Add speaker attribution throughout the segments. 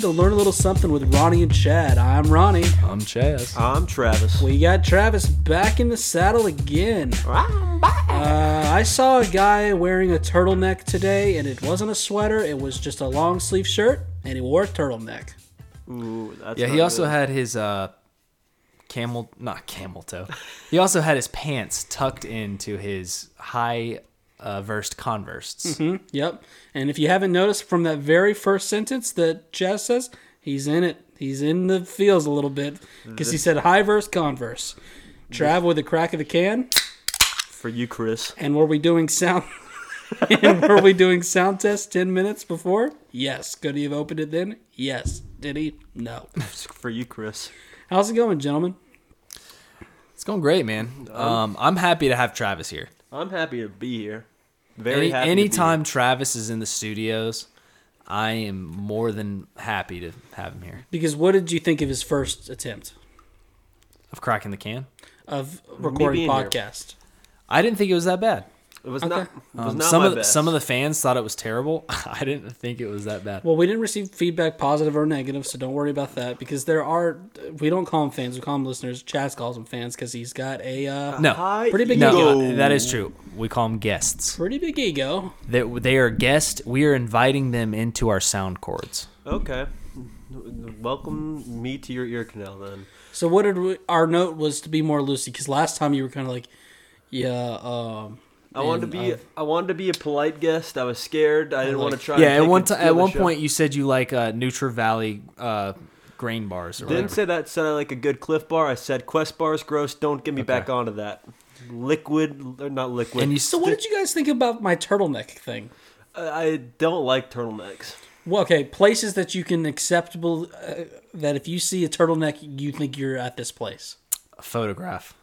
Speaker 1: to learn a little something with Ronnie and Chad. I'm Ronnie.
Speaker 2: I'm Chaz.
Speaker 1: Uh,
Speaker 3: I'm Travis.
Speaker 1: We got Travis back in the saddle again. Uh, I saw a guy wearing a turtleneck today, and it wasn't a sweater. It was just a long sleeve shirt, and he wore a turtleneck.
Speaker 3: Ooh, that's
Speaker 2: Yeah, he
Speaker 3: not
Speaker 2: also
Speaker 3: good.
Speaker 2: had his uh camel not camel toe. He also had his pants tucked into his high uh, versed Converse.
Speaker 1: Mm-hmm. Hmm, Yep. And if you haven't noticed from that very first sentence that Chaz says, he's in it. He's in the feels a little bit because he said high verse converse. Travel with the crack of the can.
Speaker 3: for you, Chris.
Speaker 1: And were we doing sound? and were we doing sound tests ten minutes before? Yes. Could he have opened it then? Yes. Did he? No.
Speaker 3: For you, Chris.
Speaker 1: How's it going, gentlemen?
Speaker 2: It's going great, man. Um, I'm happy to have Travis here.
Speaker 3: I'm happy to be here. Very
Speaker 2: Any,
Speaker 3: happy.
Speaker 2: anytime Travis is in the studios, I am more than happy to have him here.
Speaker 1: Because what did you think of his first attempt
Speaker 2: Of cracking the can,
Speaker 1: of recording
Speaker 3: being here.
Speaker 1: podcast?
Speaker 2: I didn't think it was that bad.
Speaker 3: to be here. It was not. It was
Speaker 2: Um,
Speaker 3: not
Speaker 2: some
Speaker 3: my
Speaker 2: of the,
Speaker 3: best.
Speaker 2: some of the fans thought it was terrible. I didn't think it was that bad.
Speaker 1: Well, we didn't receive feedback, positive or negative, so don't worry about that. Because there are, we don't call them fans, we call them listeners. Chaz calls them fans because he's got a
Speaker 3: Uh-huh.
Speaker 1: uh,
Speaker 2: No.
Speaker 3: Hi,
Speaker 1: Pretty big
Speaker 2: no,
Speaker 3: ego.
Speaker 2: that is true. We call them guests.
Speaker 1: pretty big ego.
Speaker 2: They, they are guests. We are inviting them into our sound cords.
Speaker 3: Okay. Welcome me to your ear canal then.
Speaker 1: So what did we, our note was to be more loosey? Because last time you were kind of like, yeah, um,
Speaker 3: I wanted to
Speaker 1: and,
Speaker 3: be
Speaker 1: uh,
Speaker 3: I wanted to be a polite guest. I was scared. I didn't
Speaker 1: like-
Speaker 3: want to try.
Speaker 2: Yeah,
Speaker 3: and
Speaker 2: at
Speaker 3: take
Speaker 2: one
Speaker 3: and
Speaker 2: ti-
Speaker 3: steal
Speaker 2: at
Speaker 3: the
Speaker 2: one
Speaker 3: show.
Speaker 2: point you said you like uh, Nutra Valley uh, grain bars. Or
Speaker 3: Didn't
Speaker 2: whatever.
Speaker 3: say that. Said I like a good Cliff Bar. I said Quest Bar's gross. Don't get me back onto that. Liquid or not liquid.
Speaker 2: and you
Speaker 1: So what did you guys think about my turtleneck thing?
Speaker 3: I I don't like turtlenecks.
Speaker 1: Well, okay, places that you can acceptable uh, that if you see a turtleneck, you think you're at this place.
Speaker 2: photograph.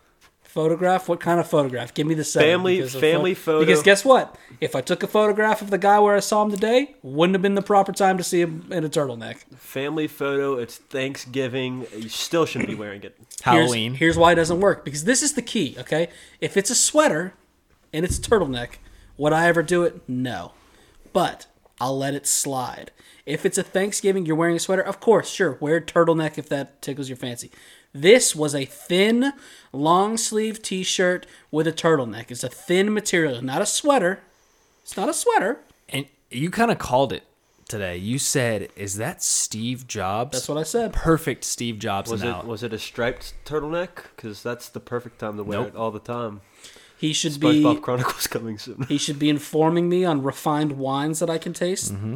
Speaker 1: Photograph? What kind of photograph? Give me the setting.
Speaker 3: Family-
Speaker 1: because a
Speaker 3: family photo.
Speaker 1: Because guess what? If I took a photograph of the guy where I saw him today, wouldn't have been the proper time to see him in a turtleneck.
Speaker 3: Family photo. It's Thanksgiving. You still shouldn't be wearing it.
Speaker 1: Here's-
Speaker 2: Halloween.
Speaker 1: Here's, why it doesn't work. Because this is the key, okay? If it's a sweater and it's a turtleneck, would I ever do it? No. But I'll let it slide. If it's a Thanksgiving, you're wearing a sweater, of course, sure, wear a turtleneck if that tickles your fancy. This was a thin, long sleeve t shirt with a turtleneck. It's a thin material, not a sweater. It's not a sweater.
Speaker 2: And you kind of called it today. You said, "Is that Steve Jobs?"
Speaker 1: That's what I said.
Speaker 2: Perfect Steve Jobs
Speaker 3: Was
Speaker 2: now.
Speaker 3: it was it a striped turtleneck? Because that's the perfect time to wear
Speaker 2: Nope.
Speaker 3: it all the time.
Speaker 1: He should be
Speaker 3: SpongeBob Chronicles coming soon.
Speaker 1: He should be informing me on refined wines that I can taste.
Speaker 2: Mm-hmm.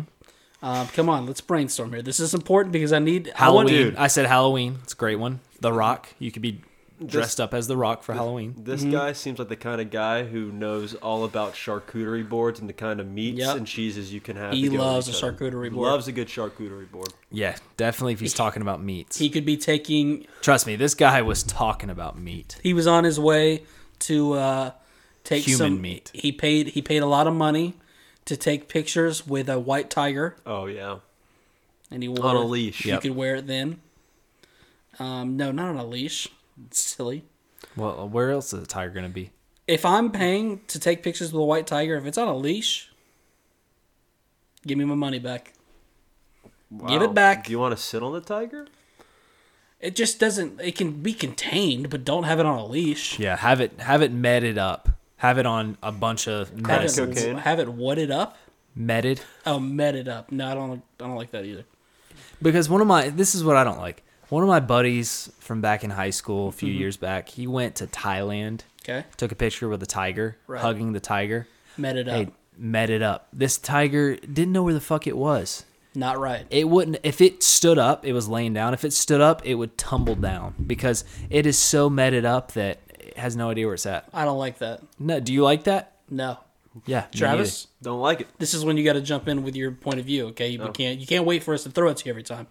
Speaker 1: Uh, come on, let's brainstorm here. This is important because I need. I
Speaker 2: Halloween.
Speaker 1: want-
Speaker 2: I, said Halloween. It's a great one. The Rock. You could be dressed up as The Rock for Halloween.
Speaker 3: This
Speaker 1: Mm-hmm.
Speaker 3: guy seems like the kind of guy who knows all about charcuterie boards and the kind of meats
Speaker 1: Yep.
Speaker 3: and cheeses you can have.
Speaker 1: He
Speaker 3: to go with
Speaker 1: loves
Speaker 3: each
Speaker 1: a
Speaker 3: other.
Speaker 1: charcuterie board.
Speaker 3: Loves a good charcuterie board.
Speaker 2: Yeah, definitely. If he's talking about meats,
Speaker 1: he could be taking.
Speaker 2: trust me, this guy was talking about meat.
Speaker 1: He was on his way to uh, take
Speaker 2: Human
Speaker 1: some
Speaker 2: meat.
Speaker 1: He paid. He paid a lot of money to take pictures with a white tiger,
Speaker 3: Oh yeah,
Speaker 1: and he wore
Speaker 3: on a leash.
Speaker 1: You
Speaker 2: Yep.
Speaker 1: could wear it then. Um, no, not on a leash. It's silly.
Speaker 2: Well, where else is the tiger gonna be?
Speaker 1: If I'm paying to take pictures with a white tiger, if it's on a leash, give me my money back. Give it
Speaker 3: Wow.
Speaker 1: back.
Speaker 3: Do you want to sit on the tiger?
Speaker 1: It just doesn't. It can be contained, but don't have it on a leash.
Speaker 2: Yeah, have it have it medded up. Have it on a bunch of
Speaker 1: Have
Speaker 2: medicine.
Speaker 1: it,
Speaker 3: cocaine.
Speaker 1: have it wooded up.
Speaker 2: Medded.
Speaker 1: Oh, meted up. No, I don't. I don't like that either.
Speaker 2: Because one of my this is what I don't like. One of my buddies from back in high school a few
Speaker 1: Mm-hmm.
Speaker 2: years back, he went to Thailand,
Speaker 1: Okay,
Speaker 2: took a picture with a tiger,
Speaker 1: Right.
Speaker 2: hugging the tiger.
Speaker 1: meted up.
Speaker 2: Hey, met it up. This tiger didn't know where the fuck it was.
Speaker 1: Not right.
Speaker 2: It wouldn't if it stood up, it was laying down. If it stood up, it would tumble down because it is so meted up that it has no idea where it's at.
Speaker 1: I don't like that.
Speaker 2: No, do you like that?
Speaker 1: No,
Speaker 2: Yeah. me
Speaker 1: Travis.
Speaker 3: Don't like it.
Speaker 1: This is when you got to jump in with your point of view. Okay,
Speaker 3: Oh.
Speaker 1: you can't. You can't wait for us to throw it to you every time.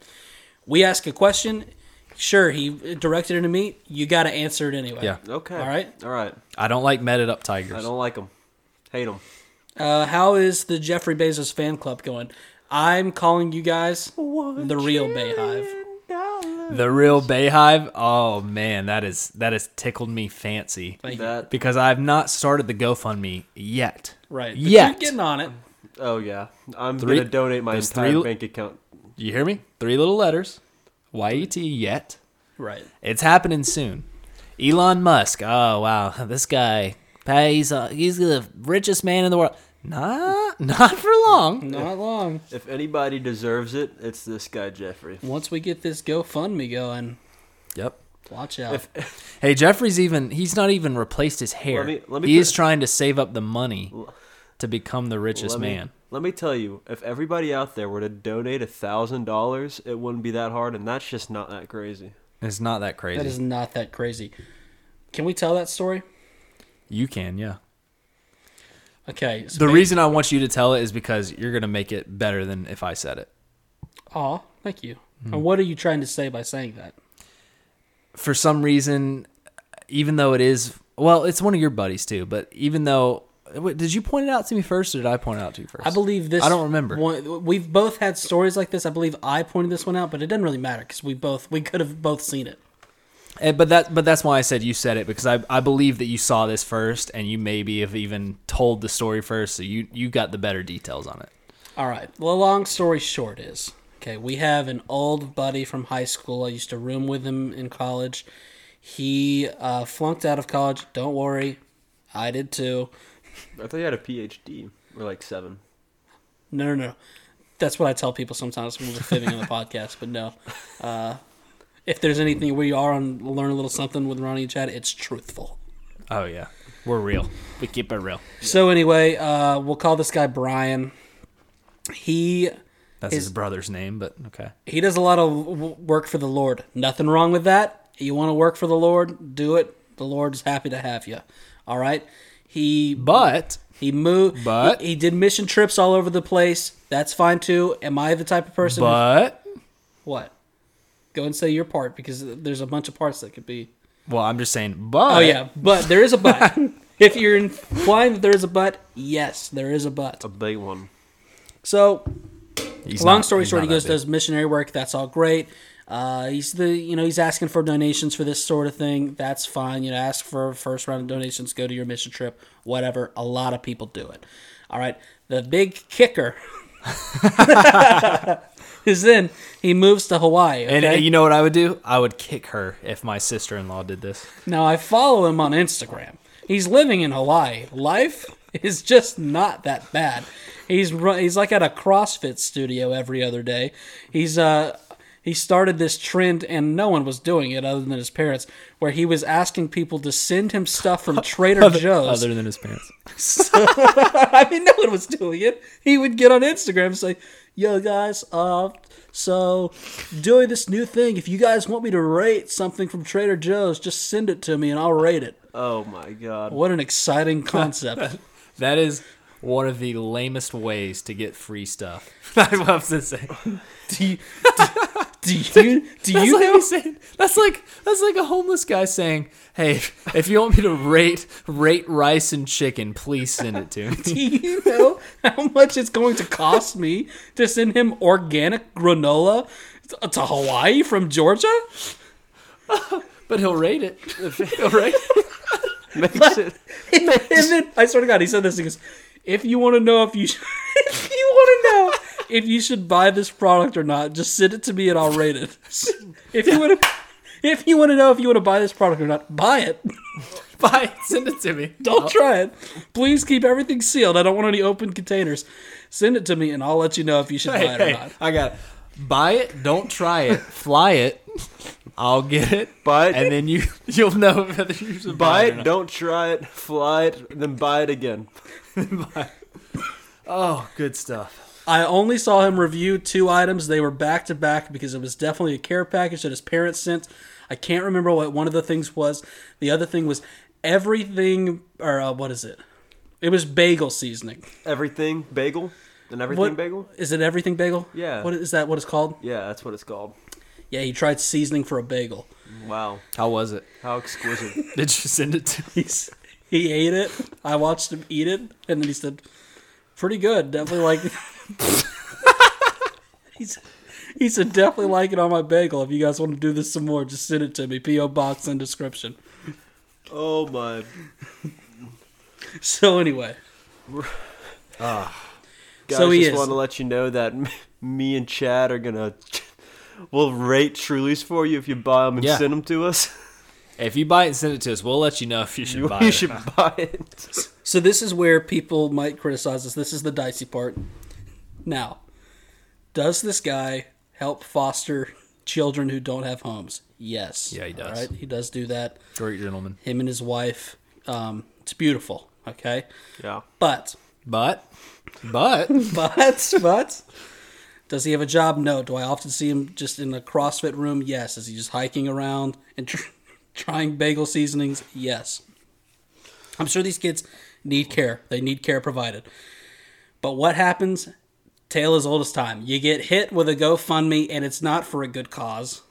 Speaker 1: We ask a question. Sure, he directed it to me. You got to answer it anyway.
Speaker 2: Yeah.
Speaker 3: Okay.
Speaker 1: All right.
Speaker 3: All right.
Speaker 2: neither. I don't like meted up tigers.
Speaker 3: I don't like them. Hate them.
Speaker 1: Uh, how is the Jeffrey Bezos fan club going? I'm calling you guys the real Bayhive.
Speaker 2: The real Bayhive. Oh man, that is that has tickled me fancy.
Speaker 1: Thank you.
Speaker 3: That.
Speaker 2: because I've not started the GoFundMe yet.
Speaker 1: Right. But
Speaker 2: Yet.
Speaker 1: You're getting on it.
Speaker 3: Oh yeah. I'm
Speaker 2: Three-
Speaker 3: gonna donate my
Speaker 2: there's
Speaker 3: entire
Speaker 2: three-
Speaker 3: bank account
Speaker 2: You hear me? Three little letters. YET yet.
Speaker 1: Right.
Speaker 2: It's happening soon. Elon Musk. Oh wow, this guy. hey, He's uh, he's the richest man in the world. Nah, not for long.
Speaker 1: Not long.
Speaker 3: If anybody deserves it, it's this guy Jeffrey.
Speaker 1: Once we get this GoFundMe going,
Speaker 2: Yep.
Speaker 1: watch out.
Speaker 2: Hey, Jeffrey's even. He's not even replaced his hair.
Speaker 3: Let me- let me
Speaker 2: he
Speaker 3: put-
Speaker 2: is trying to save up the money to become the richest
Speaker 3: let me,
Speaker 2: man.
Speaker 3: Let me tell you, if everybody out there were to donate a thousand dollars, it wouldn't be that hard, and that's just not that crazy.
Speaker 2: It's not that crazy.
Speaker 1: That is not that crazy. Can we tell that story?
Speaker 2: you can, yeah.
Speaker 1: Okay. So
Speaker 2: The reason I want you to tell it is because you're gonna make it better than if I said it.
Speaker 1: Aw, thank you.
Speaker 2: Hmm.
Speaker 1: And what are you trying to say by saying that?
Speaker 2: for some reason, even though it is well, it's one of your buddies too. But even though, wait, did you point it out to me first, or did I point it out to you first?
Speaker 1: I believe this.
Speaker 2: I don't remember.
Speaker 1: One, we've both had stories like this. I believe I pointed this one out, but it doesn't really matter because we both we could have both seen it.
Speaker 2: Eh, but that, but that's why I said you said it because I, I believe that you saw this first, and you maybe have even told the story first, so you you got the better details on it.
Speaker 1: All right. Well, long story short is okay. We have an old buddy from high school. I used to room with him in college. He uh, flunked out of college. Don't worry, I did too.
Speaker 3: I thought you had a PhD or like seven.
Speaker 1: No, no, no. That's what I tell people sometimes when we're fibbing on the podcast, but no. Uh, if there's anything we are on Learn a Little Something with Ronnie and Chad, it's truthful.
Speaker 2: Oh yeah, we're real. We keep it real.
Speaker 1: So, anyway, uh, we'll call this guy Brian. He
Speaker 2: That's his brother's name, but okay.
Speaker 1: he does a lot of w- work for the Lord. Nothing wrong with that. You want to work for the Lord, do it. The Lord's happy to have you. All right. He
Speaker 2: But
Speaker 1: He moved,
Speaker 2: But-
Speaker 1: he, he did mission trips all over the place. That's fine too. Am I the type of person? who-
Speaker 2: but
Speaker 1: what? Go and say your part because there's a bunch of parts that could be.
Speaker 2: well, I'm just saying. But
Speaker 1: Oh yeah, but there is a but. if you're implying that there is a but, yes, there is a but.
Speaker 3: A big one.
Speaker 1: So
Speaker 2: he's
Speaker 1: long
Speaker 2: not-
Speaker 1: story
Speaker 2: he's
Speaker 1: short, he
Speaker 2: not that
Speaker 1: goes
Speaker 2: big.
Speaker 1: does missionary work. That's all great. Uh, he's the you know he's asking for donations for this sort of thing. That's fine. You know, ask for first round of donations. Go to your mission trip. Whatever. A lot of people do it. All right. The big kicker is then he moves to Hawaii.
Speaker 2: And
Speaker 1: okay?
Speaker 2: uh, you know what I would do? I would kick her if my sister in law did this.
Speaker 1: Now I follow him on Instagram. He's living in Hawaii. Life is just not that bad. He's ru- he's like at a CrossFit studio every other day. He's uh he started this trend and no one was doing it other than his parents where he was asking people to send him stuff from Trader Joe's.
Speaker 2: Other than his parents.
Speaker 1: I mean, no one was doing it. He would get on Instagram and say, "Yo, guys, uh, so doing this new thing. If you guys want me to rate something from Trader Joe's, just send it to me and I'll rate it."
Speaker 3: Oh my god.
Speaker 1: What an exciting concept!
Speaker 2: That is one of the lamest ways to get free stuff. I love to say.
Speaker 1: do you do, do you do
Speaker 2: That's
Speaker 1: you
Speaker 2: like
Speaker 1: know?
Speaker 2: saying- that's like that's like a homeless guy saying, "Hey, if, if you want me to rate rate rice and chicken, please send it to me."
Speaker 1: Do you know how much it's going to cost me to send him organic granola t- to Hawaii from Georgia?
Speaker 2: But he'll rate it. He'll rate. it.
Speaker 3: Makes it
Speaker 1: and then I swear to God, he said this. He goes, "If you want to know if you should, if you want to know if you should buy this product or not, just send it to me and I'll rate it. If you want to, if you want to know if you want to buy this product or not, buy it.
Speaker 2: Buy it. Send it to me.
Speaker 1: Don't
Speaker 3: Uh,
Speaker 1: try it. Please keep everything sealed. I don't want any open containers. Send it to me and I'll let you know if you should buy
Speaker 2: Hey,
Speaker 1: it or
Speaker 2: hey,
Speaker 1: not.
Speaker 2: I got it. Buy it. Don't try it. Fly it. I'll get it.
Speaker 3: Buy it.
Speaker 2: and then you you'll know whether you should
Speaker 3: buy
Speaker 2: or
Speaker 3: it,
Speaker 2: not.
Speaker 3: don't try it, fly it, then buy it again.
Speaker 2: Oh, good stuff.
Speaker 1: I only saw him review two items. They were back to back because it was definitely a care package that his parents sent. I can't remember what one of the things was. The other thing was everything, or uh, what is it? It was bagel seasoning.
Speaker 3: Everything bagel, and everything
Speaker 1: What
Speaker 3: bagel.
Speaker 1: is it? Everything bagel?
Speaker 3: Yeah.
Speaker 1: What is that? What it's called?
Speaker 3: Yeah, that's what it's called.
Speaker 1: Yeah, he tried seasoning for a bagel.
Speaker 3: Wow,
Speaker 2: How was it?
Speaker 3: how exquisite.
Speaker 2: Did you send it to me?
Speaker 1: He's, he ate it. I watched him eat it, and then he said, "Pretty good. Definitely like." he's, he said, "Definitely like it on my bagel. If you guys want to do this some more, just send it to me. PO box and description."
Speaker 3: oh my.
Speaker 1: So anyway,
Speaker 3: Guys,
Speaker 1: So he
Speaker 3: just
Speaker 1: is-
Speaker 3: want to let you know that me and Chad are gonna we'll rate Trulies for you if you buy them and
Speaker 2: Yeah.
Speaker 3: send them to us.
Speaker 2: If you buy it and send it to us, we'll let you know if you should
Speaker 3: You,
Speaker 2: buy
Speaker 3: you
Speaker 2: it.
Speaker 3: should buy it.
Speaker 1: So this is where people might criticize us. This is the dicey part. Now, does this guy help foster children who don't have homes? Yes.
Speaker 2: Yeah, he does.
Speaker 1: All right, he does do that.
Speaker 2: Great gentleman.
Speaker 1: Him and his wife. Um, it's beautiful. Okay,
Speaker 3: yeah.
Speaker 1: but
Speaker 2: But, but
Speaker 1: but but does he have a job? No. Do I often see him just in a CrossFit room? Yes. Is he just hiking around and tr- trying bagel seasonings? Yes. I'm sure these kids need care. They need care provided. But what happens? Tale as old as time. You get hit with a GoFundMe, and it's not for a good cause.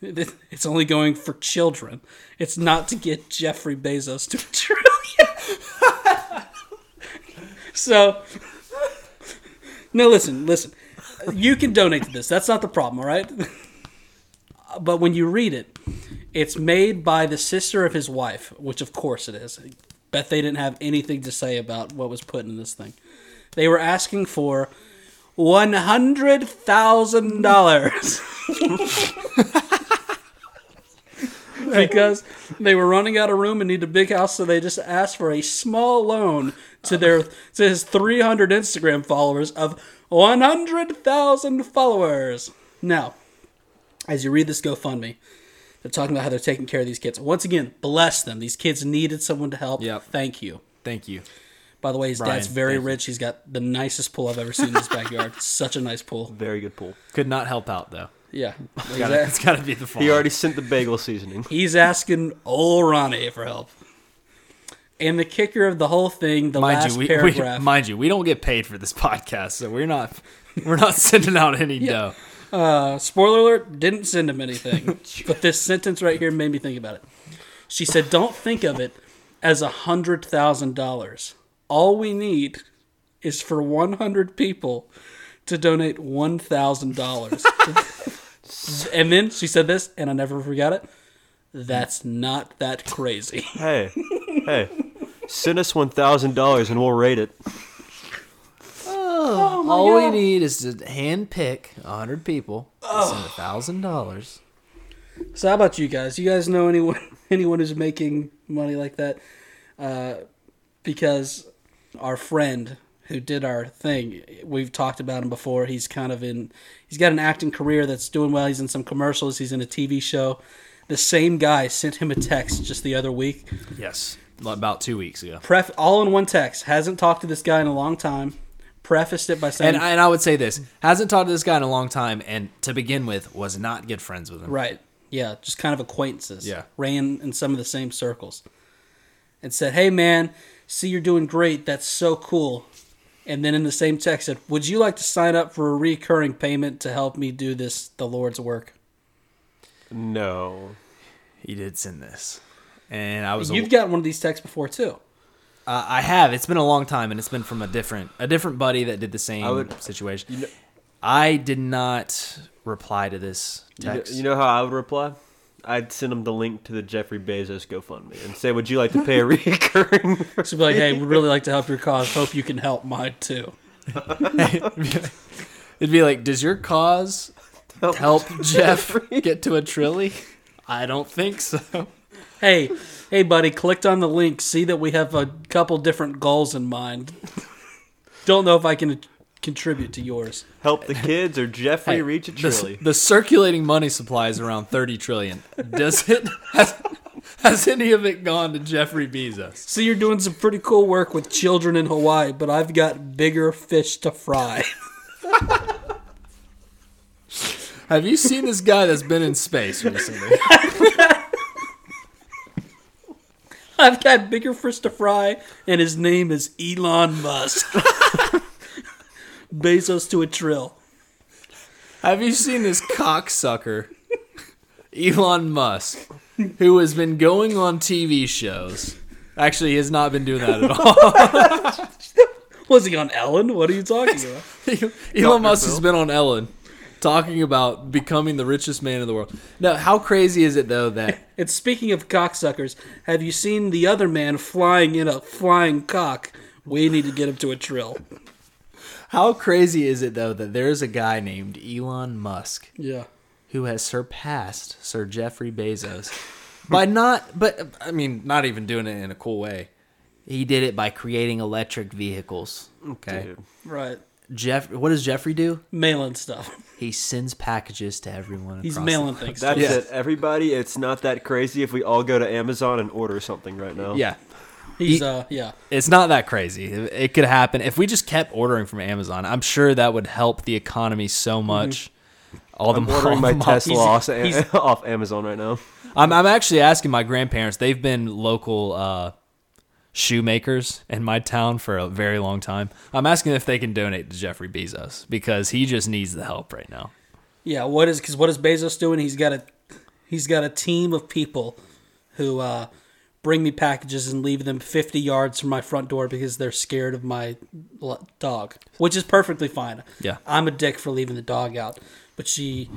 Speaker 1: It's only going for children. It's not to get Jeffrey Bezos to a trillion. so, no, listen, listen. You can donate to this. That's not the problem, all right? but when you read it, it's made by the sister of his wife, which of course it is. Bet they didn't have anything to say about what was put in this thing. They were asking for one hundred thousand dollars because they were running out of room and need a big house, so they just asked for a small loan to their to his three hundred Instagram followers of one hundred thousand followers. Now, as you read this GoFundMe, they're talking about how they're taking care of these kids. Once again, bless them. These kids needed someone to help.
Speaker 2: Yep.
Speaker 1: Thank you.
Speaker 2: thank you.
Speaker 1: By the way, his
Speaker 2: Brian,
Speaker 1: dad's very
Speaker 2: thank you.
Speaker 1: rich. He's got the nicest pool I've ever seen in his backyard. Such a nice pool.
Speaker 3: Very good pool.
Speaker 2: Could not help out though.
Speaker 1: Yeah. He's,
Speaker 2: Gotta,
Speaker 1: a-
Speaker 2: it's got to be the fault.
Speaker 3: He already sent the bagel seasoning.
Speaker 1: he's asking old Ronnie for help. And the kicker of the whole thing, the
Speaker 2: mind
Speaker 1: last
Speaker 2: you, we, we
Speaker 1: paragraph.
Speaker 2: mind you, we don't get paid for this podcast, so we're not we're not sending out any dough.
Speaker 1: uh, spoiler alert, didn't send him anything. but this sentence right here made me think about it. She said, Don't think of it as a hundred thousand dollars. All we need is for one hundred people to donate one thousand dollars. and then she said this, and I never forgot it. That's not that crazy.
Speaker 3: Hey, hey, send us one thousand dollars and we'll rate it.
Speaker 2: All we need is to hand pick hundred people, to send thousand dollars.
Speaker 1: So how about you guys? You guys know anyone anyone who's making money like that? Uh, because our friend who did our thing, we've talked about him before. He's kind of in. He's got an acting career that's doing well. He's in some commercials. He's in a TV show. The same guy sent him a text just the other week.
Speaker 2: Yes, about two weeks ago.
Speaker 1: Pref all in one text. Hasn't talked to this guy in a long time. Prefaced it by saying,
Speaker 2: And I, and I would say this hasn't talked to this guy in a long time, and to begin with, was not good friends with him.
Speaker 1: Right. Yeah, just kind of acquaintances.
Speaker 2: Yeah.
Speaker 1: Ran in some of the same circles. And said, Hey man, see you're doing great. That's so cool. And then in the same text said, Would you like to sign up for a recurring payment to help me do this the Lord's work?
Speaker 3: No.
Speaker 2: He did send this, and I was
Speaker 1: You've gotten one of these texts before too.
Speaker 2: Uh, I have. It's been a long time, and it's been from a different a different buddy that did the same
Speaker 3: would-
Speaker 2: situation. I did not reply to this
Speaker 3: You know,
Speaker 2: text.
Speaker 3: you know how I would reply? I'd send him the link to the Jeffrey Bezos GoFundMe and say, "Would you like to pay a recurring?"
Speaker 1: So be like, Hey, we'd really like to help your cause. Hope you can help mine too.
Speaker 2: It'd be like, does your cause help Jeff get to a trilly? I don't think so.
Speaker 1: Hey, hey buddy, clicked on the link. See that we have a couple different goals in mind. Don't know if I can contribute to yours.
Speaker 3: help the kids or Jeffrey
Speaker 2: Hey,
Speaker 3: reach a
Speaker 2: the,
Speaker 3: trilly?
Speaker 2: the circulating money supply is around thirty trillion. Does it? Has, has any of it gone to Jeffrey Bezos?
Speaker 1: So you're doing some pretty cool work with children in Hawaii, but I've got bigger fish to fry.
Speaker 2: Have you seen this guy that's been in space recently?
Speaker 1: I've got bigger fish to fry, and his name is Elon Musk. Bezos to a trill.
Speaker 2: Have you seen this cocksucker, Elon Musk, who has been going on TV shows? Actually, he has not been doing that at all.
Speaker 1: Was he on Ellen? What are you talking about?
Speaker 2: Elon Musk has been on Ellen talking about becoming the richest man in the world. Now, how crazy is it, though, that.
Speaker 1: And speaking of cocksuckers, have you seen the other man flying in a flying cock? We need to get him to a trill.
Speaker 2: How crazy is it though that there is a guy named Elon Musk
Speaker 1: Yeah.
Speaker 2: who has surpassed Sir Jeffrey Bezos by not, but I mean, not even doing it in a cool way. He did it by creating electric vehicles. Okay.
Speaker 3: Dude.
Speaker 1: Right.
Speaker 2: Jeff, what does Jeffrey do?
Speaker 1: Mailing stuff.
Speaker 2: He sends packages to everyone.
Speaker 1: He's
Speaker 2: across the-
Speaker 1: mailing things.
Speaker 3: That's
Speaker 2: Yeah.
Speaker 3: it, everybody. It's not that crazy if we all go to Amazon and order something right now.
Speaker 2: Yeah.
Speaker 1: He's
Speaker 2: He-
Speaker 1: uh yeah.
Speaker 2: It's not that crazy. It it could happen. If we just kept ordering from Amazon, I'm sure that would help the economy so much. All the
Speaker 3: Mm-hmm. I'm ordering
Speaker 2: all
Speaker 3: my
Speaker 2: the-
Speaker 3: Tesla off,
Speaker 2: he's-
Speaker 3: off Amazon right now.
Speaker 2: I'm, I'm actually asking my grandparents. They've been local uh, shoemakers in my town for a very long time. I'm asking if they can donate to Jeffrey Bezos because he just needs the help right now.
Speaker 1: Yeah, what is cuz what is Bezos doing? He's got a he's got a team of people who uh bring me packages and leave them 50 yards from my front door because they're scared of my l- dog, which is perfectly fine.
Speaker 2: Yeah.
Speaker 1: I'm a dick for leaving the dog out, but she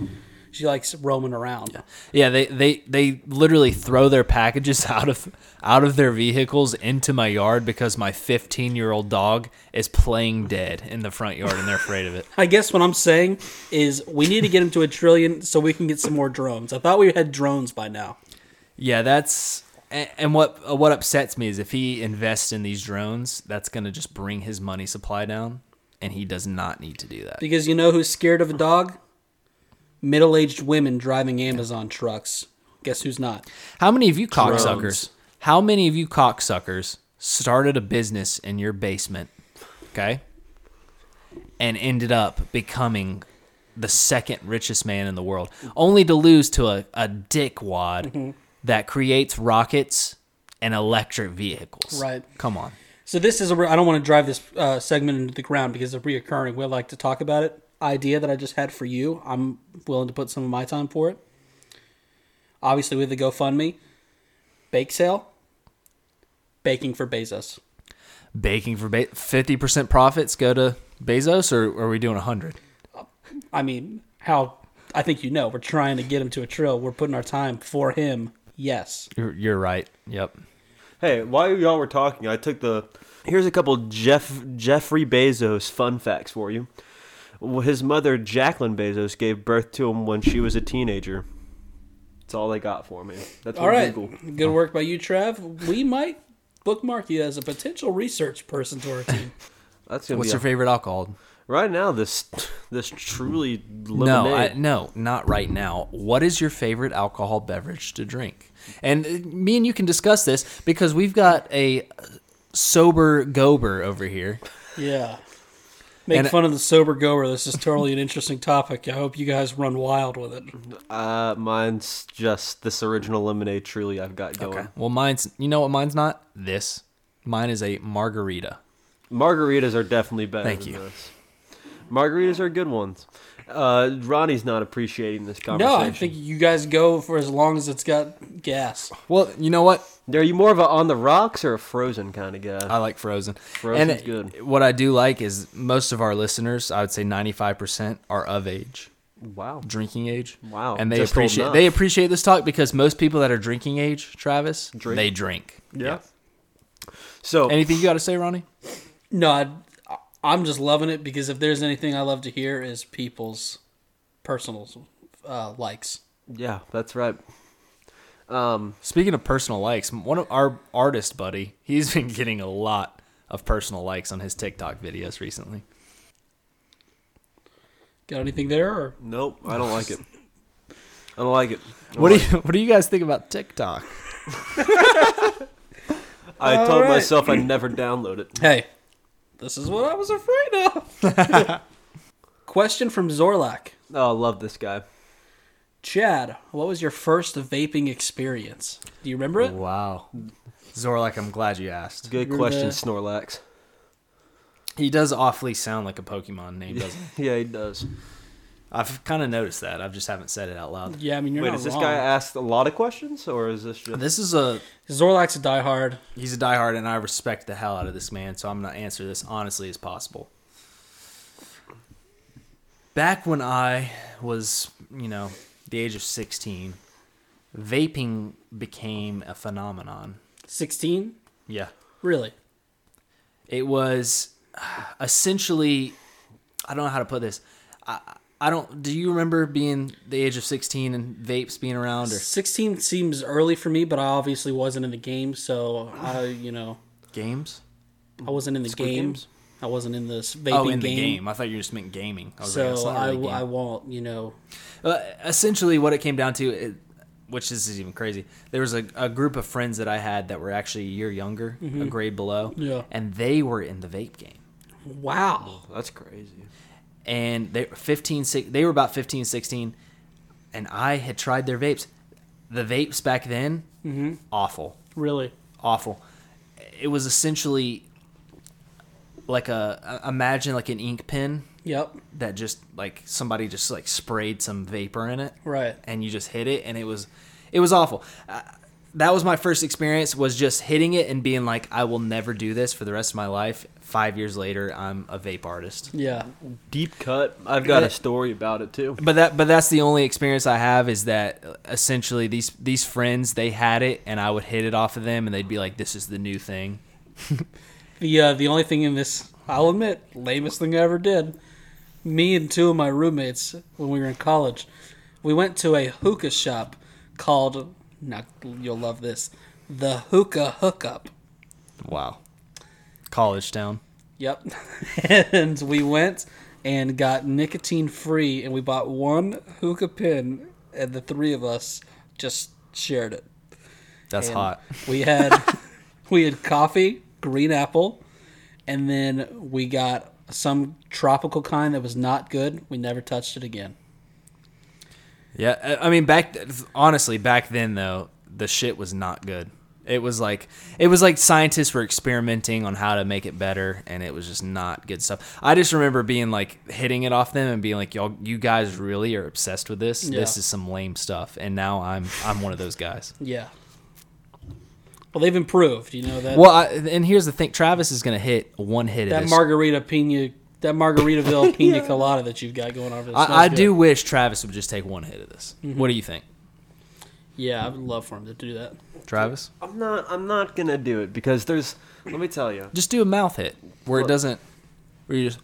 Speaker 1: she likes roaming around.
Speaker 2: Yeah, they, they, they literally throw their packages out of out of their vehicles into my yard because my 15 year old dog is playing dead in the front yard and they're afraid of it.
Speaker 1: I guess what I'm saying is we need to get him to a trillion so we can get some more drones. I thought we had drones by now.
Speaker 2: Yeah, that's and, and what uh, what upsets me is if he invests in these drones, that's going to just bring his money supply down, and he does not need to do that.
Speaker 1: Because you know who's scared of a dog? Middle aged women driving Amazon trucks. Guess who's not?
Speaker 2: How many of you cocksuckers?
Speaker 3: Drones.
Speaker 2: How many of you cocksuckers started a business in your basement, okay, and ended up becoming the second richest man in the world, only to lose to a, a dickwad that creates rockets and electric vehicles?
Speaker 1: Right.
Speaker 2: Come on.
Speaker 1: So this is a. re- I don't want to drive this uh, segment into the ground because it's reoccurring. We like to talk about it. Idea that I just had for you. I'm willing to put some of my time for it. Obviously, with the GoFundMe, bake sale, baking for Bezos.
Speaker 2: baking for ba- 50% profits go to Bezos or are we doing 100?
Speaker 1: I mean, how? I think you know. We're trying to get him to a trill. We're putting our time for him. Yes.
Speaker 2: You're, you're right. Yep.
Speaker 3: Hey, while y'all were talking, I took the. Here's a couple Jeff Jeffrey Bezos fun facts for you. Well, His mother Jacqueline Bezos gave birth to him when she was a teenager. That's all they got for me. That's
Speaker 1: All
Speaker 3: what
Speaker 1: right.
Speaker 3: Google.
Speaker 1: Good work by you, Trav. We might bookmark you as a potential research person to our team.
Speaker 3: That's gonna
Speaker 2: What's
Speaker 3: be
Speaker 2: your
Speaker 3: a-
Speaker 2: favorite alcohol?
Speaker 3: right now. This this truly lemonade.
Speaker 2: No, I, no, not right now. What is your favorite alcohol beverage to drink? And uh, me and you can discuss this because we've got a sober gober over here.
Speaker 1: Yeah. Make
Speaker 2: And-
Speaker 1: fun of the sober goer. This is totally an interesting topic. I hope you guys run wild with it.
Speaker 3: Uh, mine's just this original lemonade. Truly, I've got going.
Speaker 2: Well, mine's you know what mine's not? This. Mine is a margarita.
Speaker 3: Margaritas are definitely better.
Speaker 2: Thank
Speaker 3: than
Speaker 2: you.
Speaker 3: This. Margaritas are good ones. Uh, Ronnie's not appreciating this
Speaker 1: No,
Speaker 3: conversation.
Speaker 1: I think you guys go for as long as it's got gas.
Speaker 2: Well, you know what?
Speaker 3: Are you more of a on the rocks or a frozen kind of guy?
Speaker 1: Uh,
Speaker 2: I like Frozen.
Speaker 3: Frozen's
Speaker 2: and
Speaker 3: good.
Speaker 2: What I do like is most of our listeners, I would say 95% are of age,
Speaker 3: wow.
Speaker 2: drinking age.
Speaker 3: Wow,
Speaker 2: And they
Speaker 3: just old
Speaker 2: appreciate
Speaker 3: enough.
Speaker 2: they appreciate this talk because most people that are drinking age, Travis,
Speaker 3: Drink.
Speaker 2: they drink.
Speaker 3: Yeah. So
Speaker 2: Anything you got to say, Ronnie?
Speaker 1: No, I, I'm just loving it because if there's anything I love to hear is people's personal uh, likes.
Speaker 3: yeah, that's right. Um,
Speaker 2: Speaking of personal likes, one of our artist buddy, he's been getting a lot of personal likes on his TikTok videos recently.
Speaker 1: Got anything there? Or
Speaker 3: Nope, I don't like it. I don't like it. I don't
Speaker 2: What do
Speaker 3: like
Speaker 2: you what do you guys think about TikTok?
Speaker 3: it. I told
Speaker 1: Alright.
Speaker 3: myself I'd never download it.
Speaker 1: hey, this is what I was afraid of. Question from Zorlak.
Speaker 3: Oh, I love this guy.
Speaker 1: Chad, what was your first vaping experience? Do you remember it?
Speaker 2: Wow. Zorlak, I'm glad you asked.
Speaker 3: Good
Speaker 1: You're
Speaker 3: question,
Speaker 1: the-
Speaker 3: Snorlax.
Speaker 2: He does awfully sound like a Pokemon name, doesn't he?
Speaker 3: Yeah, he does.
Speaker 2: I've kind of noticed that. I've just haven't said it out loud.
Speaker 1: Yeah, I mean, you're
Speaker 3: Wait,
Speaker 1: not
Speaker 3: is this
Speaker 1: wrong.
Speaker 3: guy asked a lot of questions, or is this just?
Speaker 2: This is a
Speaker 1: Zorlak's a diehard.
Speaker 2: he's a diehard, and I respect the hell out of this man. So I'm gonna answer this honestly as possible. Back when I was, you know, the age of 16, vaping became a phenomenon.
Speaker 1: 16?
Speaker 2: Yeah,
Speaker 1: Really?
Speaker 2: it was uh, essentially I don't know how to put this. I I don't. Do you remember being the age of sixteen and vapes being around? Or
Speaker 1: 16 seems early for me, but I obviously wasn't in the game, so I, you know,
Speaker 2: games?
Speaker 1: I wasn't in the
Speaker 3: Squid
Speaker 1: game.
Speaker 3: Games?
Speaker 1: I wasn't in this vaping
Speaker 2: Oh,
Speaker 1: game.
Speaker 2: in the game. I thought you just meant gaming. I was like, it's
Speaker 1: So
Speaker 2: not
Speaker 1: I,
Speaker 2: really a game.
Speaker 1: I won't, you know,
Speaker 2: Uh, essentially, what it came down to, it, which this is even crazy, there was a, a group of friends that I had that were actually a year younger, a grade below,
Speaker 1: Yeah.
Speaker 2: and they were in the vape game.
Speaker 1: wow.
Speaker 3: Oh, That's crazy.
Speaker 2: And they were 15, six, they were about 15, 16, and I had tried their vapes. The vapes back then, awful,
Speaker 1: Really?
Speaker 2: awful. It was essentially like a imagine like an ink pen
Speaker 1: Yep.
Speaker 2: that just like somebody just like sprayed some vapor in it
Speaker 1: Right.
Speaker 2: and you just hit it and it was it was awful uh, that was my first experience was just hitting it and being like i will never do this for the rest of my life five years later i'm a vape artist
Speaker 1: Yeah.
Speaker 3: Deep cut. I've got a story about it too.
Speaker 2: but that but that's the only experience i have is that uh, essentially these these friends they had it and i would hit it off of them and they'd be like this is the new thing
Speaker 1: The uh, the only thing in this, I'll admit, lamest thing I ever did. Me and two of my roommates when we were in college, we went to a hookah shop called. Now you'll love this, the hookah hookup.
Speaker 2: wow college town
Speaker 1: Yep. and we went and got nicotine free, and we bought one hookah pin, and the three of us just shared it.
Speaker 2: that's
Speaker 1: And
Speaker 2: hot
Speaker 1: We had we had coffee, green apple, and then we got some tropical kind that was not good. We never touched it again.
Speaker 2: Yeah, I- I mean, back honestly, back then though, the shit was not good. It was like it was like scientists were experimenting on how to make it better, and it was just not good stuff. I just remember being like hitting it off them and being like, "Y'all, you guys really are obsessed with this. This
Speaker 1: Yeah.
Speaker 2: is some lame stuff." And now I'm I'm one of those guys.
Speaker 1: Yeah. Well, they've improved. You know that
Speaker 2: Well, I, and here's the thing: Travis is gonna hit one hit of
Speaker 1: that
Speaker 2: this.
Speaker 1: margarita pina that margaritaville pina colada that you've got going on. over there smells
Speaker 2: I, I
Speaker 1: good. Mm-hmm.
Speaker 2: do wish Travis would just take one hit of this. What do you think,
Speaker 1: Yeah, I would love for him to do that.
Speaker 2: Travis?
Speaker 3: I'm not. I'm not gonna do it because there's. Let me tell you.
Speaker 2: Just do a mouth hit where it
Speaker 3: What?
Speaker 2: doesn't, where you just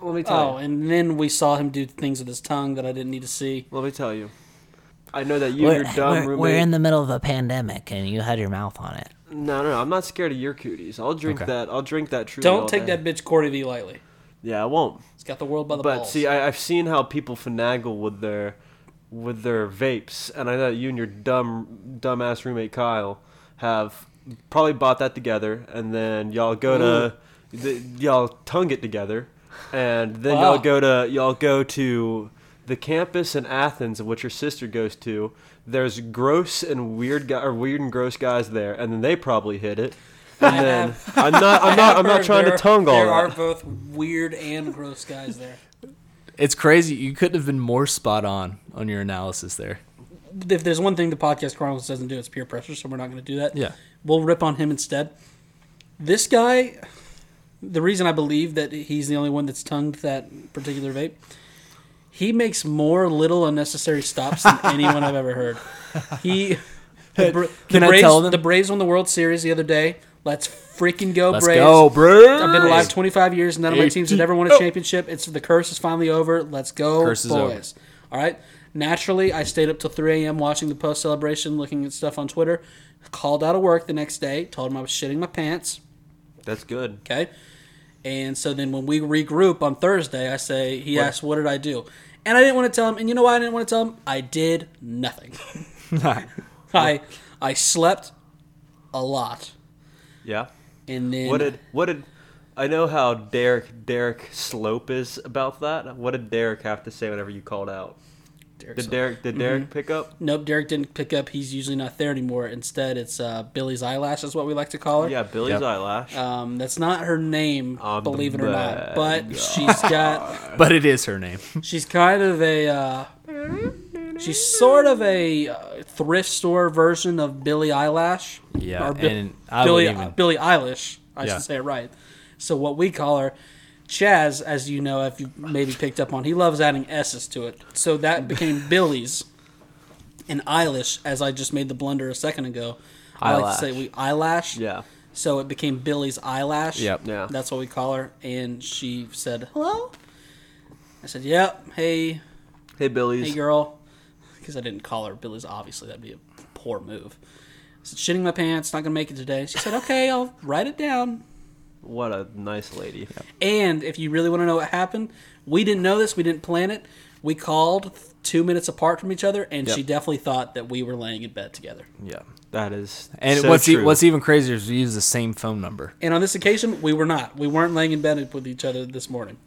Speaker 3: Let me
Speaker 1: Oh,
Speaker 3: tell you.
Speaker 1: and then we saw him do things with his tongue that I didn't need to see.
Speaker 3: Let me tell you. I know that you, and your dumb roommate.
Speaker 4: the middle of a pandemic and you had your mouth on it.
Speaker 3: No, no, no, I'm not scared of your cooties. I'll drink
Speaker 2: Okay.
Speaker 3: that. I'll drink that. Truly
Speaker 1: Don't
Speaker 3: all
Speaker 1: take
Speaker 3: day.
Speaker 1: that bitch Cordy V lightly.
Speaker 3: Yeah, I won't.
Speaker 1: He's got the world by the
Speaker 3: but
Speaker 1: balls.
Speaker 3: see, I, I've seen how people finagle with their, with their vapes, and I know that you and your dumb, dumbass roommate Kyle have probably bought that together, and then y'all go to, th y'all tongue it together, and then
Speaker 1: Wow.
Speaker 3: y'all go to y'all go to the campus in Athens, which your sister goes to. There's gross and weird guy or weird and gross guys there, and then they probably hit it. And
Speaker 1: I
Speaker 3: then
Speaker 1: have-
Speaker 3: I'm not I'm not I'm not
Speaker 1: Heard
Speaker 3: trying
Speaker 1: there-
Speaker 3: to tongue all
Speaker 1: There
Speaker 3: that.
Speaker 1: are both weird and gross guys there.
Speaker 2: It's crazy. You couldn't have been more spot on on your analysis there.
Speaker 1: If there's one thing the podcast Chronicles doesn't do, it's peer pressure, so we're not going to do that.
Speaker 2: Yeah.
Speaker 1: we'll rip on him instead. This guy, the reason I believe that he's the only one that's tongued that particular vape, he makes more little unnecessary stops than anyone I've ever heard. He, the, Bra-
Speaker 2: Can
Speaker 1: the
Speaker 2: I
Speaker 1: Braves,
Speaker 2: tell them?
Speaker 1: the Braves won the World Series the other day. Let's freaking go,
Speaker 2: Let's
Speaker 1: Braves!
Speaker 2: go, bro.
Speaker 1: I've been alive 25 years. None of my teams have ever won a championship. It's the curse is finally over. Let's go,
Speaker 2: Oh. Curse is over.
Speaker 1: boys. All right. Naturally, I stayed up till 3 a.m. watching the post celebration, looking at stuff on Twitter. Called out of work the next day. Told him I was shitting my pants.
Speaker 3: That's good.
Speaker 1: Okay. And so then when we regroup on Thursday, I say he asked, "What did I do?" And I didn't want to tell him. And you know why I didn't want to tell him? I did nothing. I I slept a lot,
Speaker 3: Yeah.
Speaker 1: and then
Speaker 3: What did what did I know how Derek Derek Slope is about that? What did Derek have to say whenever you called out?
Speaker 1: Derek
Speaker 3: Did Derek did Derek pick up?
Speaker 1: Nope, Derek didn't pick up. He's usually not there anymore. Instead, it's uh, Billy's eyelash is what we like to call her.
Speaker 3: Yeah, Billy's
Speaker 2: Yep.
Speaker 3: eyelash.
Speaker 1: Um, that's not her name,
Speaker 3: Um,
Speaker 1: believe it or not.
Speaker 3: but-
Speaker 1: But she's got
Speaker 2: But it is her name.
Speaker 1: she's kind of a uh, she's sort of a uh, thrift store version of Billy Eyelash.
Speaker 2: Yeah,
Speaker 1: Or Bi-
Speaker 2: and I
Speaker 1: Billy
Speaker 2: would even-
Speaker 1: Billy Eilish. I
Speaker 2: Yeah.
Speaker 1: should say it right. So what we call her. Chaz, as you know, if you maybe picked up on, he loves adding S's to it. So that became Billy's. and eyelash, as I just made the blunder a second ago. I like to
Speaker 3: Eyelash.
Speaker 1: say we eyelash.
Speaker 3: yeah.
Speaker 1: so it became Billy's eyelash.
Speaker 2: Yep.
Speaker 3: Yeah.
Speaker 1: That's what we call her. And she said, "Hello." I said, "Yep. Hey,
Speaker 3: Hey, Billy's.
Speaker 1: hey, girl," because I didn't call her Billy's. Obviously, that'd be a poor move. I said, "Shitting my pants. Not gonna make it today." She said, "Okay, I'll write it down."
Speaker 3: What a nice lady.
Speaker 1: And if you really want to know what happened, we didn't know this. We didn't plan it. We called two minutes apart from each other, and
Speaker 3: Yep.
Speaker 1: she definitely thought that we were laying in bed together.
Speaker 3: Yeah, that is.
Speaker 2: And
Speaker 3: so
Speaker 2: what's e-
Speaker 3: true.
Speaker 2: what's even crazier is we use the same phone number.
Speaker 1: And on this occasion, we were not. We weren't laying in bed with each other this morning.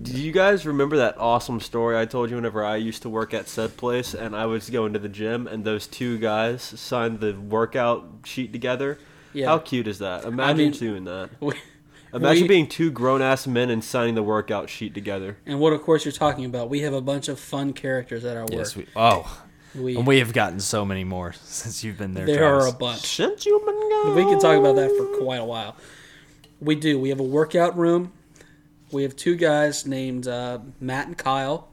Speaker 3: Do you guys remember that awesome story I told you whenever I used to work at said place and I was going to the gym and those two guys signed the workout sheet together?
Speaker 1: Yeah.
Speaker 3: How cute is that? Imagine
Speaker 1: mean-
Speaker 3: doing that.
Speaker 1: We,
Speaker 3: Imagine
Speaker 1: we-
Speaker 3: being two grown ass men and signing the workout sheet together.
Speaker 1: And what, of course, you're talking about. We have a bunch of fun characters at our work.
Speaker 2: Yes, we, oh,
Speaker 1: we,
Speaker 2: and we have gotten so many more since you've been there.
Speaker 1: there are a
Speaker 2: Travis.
Speaker 1: bunch.
Speaker 3: Since you been
Speaker 1: We can talk about that for quite a while. We do. We have a workout room. We have two guys named uh, Matt and Kyle.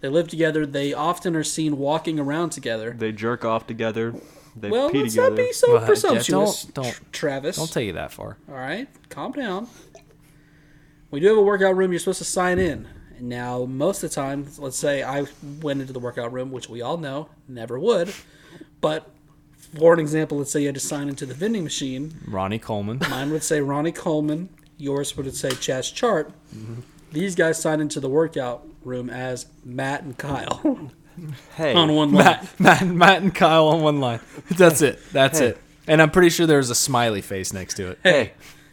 Speaker 1: They live together. They often are seen walking around together.
Speaker 3: They jerk off together. They
Speaker 1: Well,
Speaker 3: pee
Speaker 1: let's
Speaker 3: together.
Speaker 1: not be so
Speaker 2: Well, yeah,
Speaker 1: presumptuous,
Speaker 2: don't- don't-
Speaker 1: Tr- Travis.
Speaker 2: Don't take it that far.
Speaker 1: All right, calm down. We do have a workout room you're supposed to sign in. Now, most of the time, let's say I went into the workout room, which we all know never would, but for an example, let's say you had to sign into the vending machine.
Speaker 2: Ronnie Coleman.
Speaker 1: Mine would say Ronnie Coleman. Yours would say Chaz Chart.
Speaker 2: Mm-hmm.
Speaker 1: These guys sign into the workout room as Matt and Kyle
Speaker 3: hey,
Speaker 1: on one line.
Speaker 2: Matt, Matt, Matt and Kyle on one line. That's it. That's
Speaker 3: Hey.
Speaker 2: it. And I'm pretty sure there was a smiley face next to it.
Speaker 3: hey,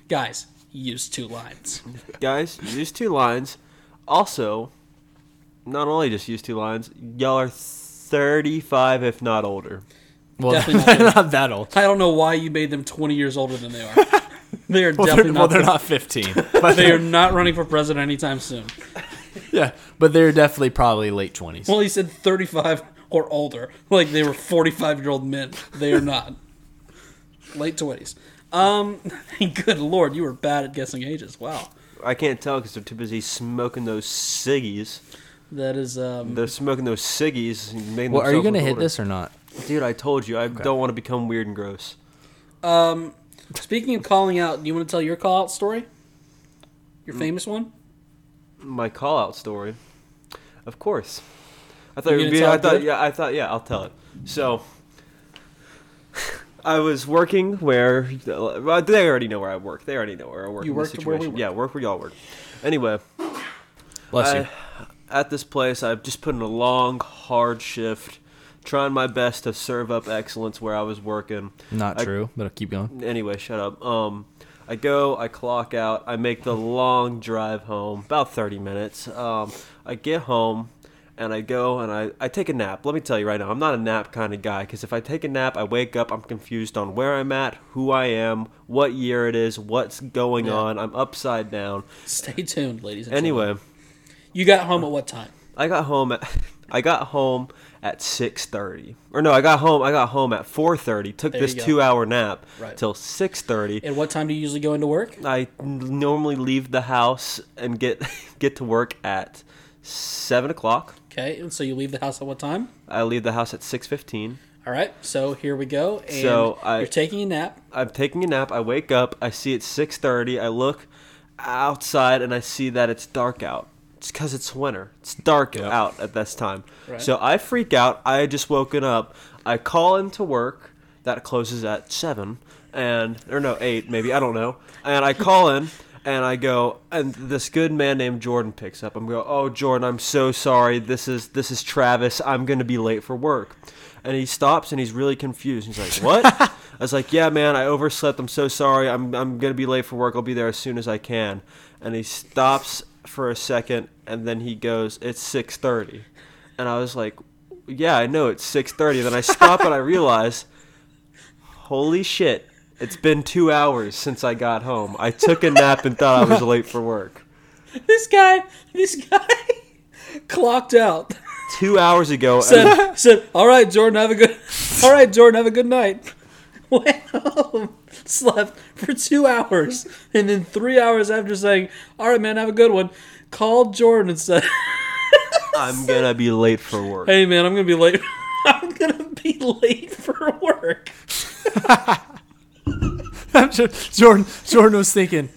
Speaker 1: Guys, use two lines.
Speaker 3: guys, use two lines. Also, not only just use two lines, y'all are 35 if not older.
Speaker 2: Well,
Speaker 1: Definitely
Speaker 2: they're not that old.
Speaker 1: I don't know why you made them 20 years older than they are. They are
Speaker 2: Well,
Speaker 1: definitely
Speaker 2: they're,
Speaker 1: not
Speaker 2: well, they're
Speaker 1: the-
Speaker 2: not 15. But
Speaker 1: They are
Speaker 2: they're,
Speaker 1: not running for president anytime soon.
Speaker 2: yeah, but they're definitely probably late 20s.
Speaker 1: Well, he said 35 or older. Like they were 45 year old men. They are not. Late 20s. Um, good lord, you were bad at guessing ages. Wow.
Speaker 3: I can't tell because they're too busy smoking those ciggies.
Speaker 1: That is, um,
Speaker 3: They're smoking those ciggies. and making
Speaker 2: Well, are you
Speaker 3: themselves
Speaker 2: going to
Speaker 3: look
Speaker 2: hit
Speaker 3: older.
Speaker 2: this or not?
Speaker 3: Dude, I told you. I don't want to become weird and gross.
Speaker 1: speaking of calling out, do you want to tell your call out story?
Speaker 3: Hmm.
Speaker 1: Your famous one?
Speaker 3: My call out story. Of course. I thought
Speaker 1: You're
Speaker 3: it
Speaker 1: gonna
Speaker 3: would be,
Speaker 1: tell
Speaker 3: I
Speaker 1: it,
Speaker 3: thought
Speaker 1: dude?
Speaker 3: yeah, I thought yeah, I'll tell it. So I was working where well, they already know where I work. They already know where I work.
Speaker 1: You
Speaker 3: in this
Speaker 1: worked where we
Speaker 3: situation.
Speaker 1: work.
Speaker 3: Yeah, work where y'all work. Anyway,
Speaker 2: Bless you.
Speaker 3: I- at this place, I've just put in a long, hard shift, trying my best to serve up excellence where I was working.
Speaker 2: Not
Speaker 3: I-
Speaker 2: true, but I'll keep going.
Speaker 3: Anyway, shut up. Um, I go, I clock out, I make the long drive home, about 30 minutes. Um, I get home and I go and I, I take a nap. Let me tell you right now, I'm not a nap kind of guy because if I take a nap, I wake up, I'm confused on where I'm at, who I am, what year it is, what's going on. I'm upside down.
Speaker 1: Stay tuned, ladies and gentlemen.
Speaker 3: Anyway,
Speaker 1: You got home at what time?
Speaker 3: I got home at I got home at 6:30. Or no, I got home I got home at 4:30. Took
Speaker 1: There
Speaker 3: this
Speaker 1: you go.
Speaker 3: 2-hour nap
Speaker 1: Right.
Speaker 3: till 6:30.
Speaker 1: At what time do you usually go into work?
Speaker 3: I n- normally leave the house and get get to work at seven o'clock.
Speaker 1: Okay, and so you leave the house at what time?
Speaker 3: I leave the house at six fifteen.
Speaker 1: All right, so here we go. And
Speaker 3: So, I-
Speaker 1: you're taking a nap.
Speaker 3: I'm taking a nap. I wake up. I see it's six thirty. I look outside and I see that it's dark out. It's because it's winter. It's dark out at this time.
Speaker 1: Right.
Speaker 3: So I freak out. I had just woken up. I call into work. That closes at seven and or no eight maybe I don't know. And I call in. And I go, and this good man named Jordan picks up. I'm go, oh Jordan, I'm so sorry. This is this is Travis. I'm gonna be late for work. And he stops and he's really confused. He's like, what? I was like, yeah, man, I overslept. I'm so sorry. I'm I'm gonna be late for work. I'll be there as soon as I can. And he stops for a second and then he goes, it's six thirty. And I was like, yeah, I know it's six thirty. Then I stop and I realize holy shit it's been two hours since i got home i took a nap and thought i was late for work
Speaker 1: this guy, this guy clocked out.
Speaker 3: two hours ago and
Speaker 1: Said, said, all right, Jordan, have a good, all right, Jordan, have a good night. Went home, slept for two hours, and then three hours after saying, all right, man, have a good one, called Jordan and said,
Speaker 3: i'm gonna be late for work
Speaker 1: hey, man, I'm gonna be late. I'm gonna be late for work.
Speaker 2: I'm Jordan Jordan was thinking,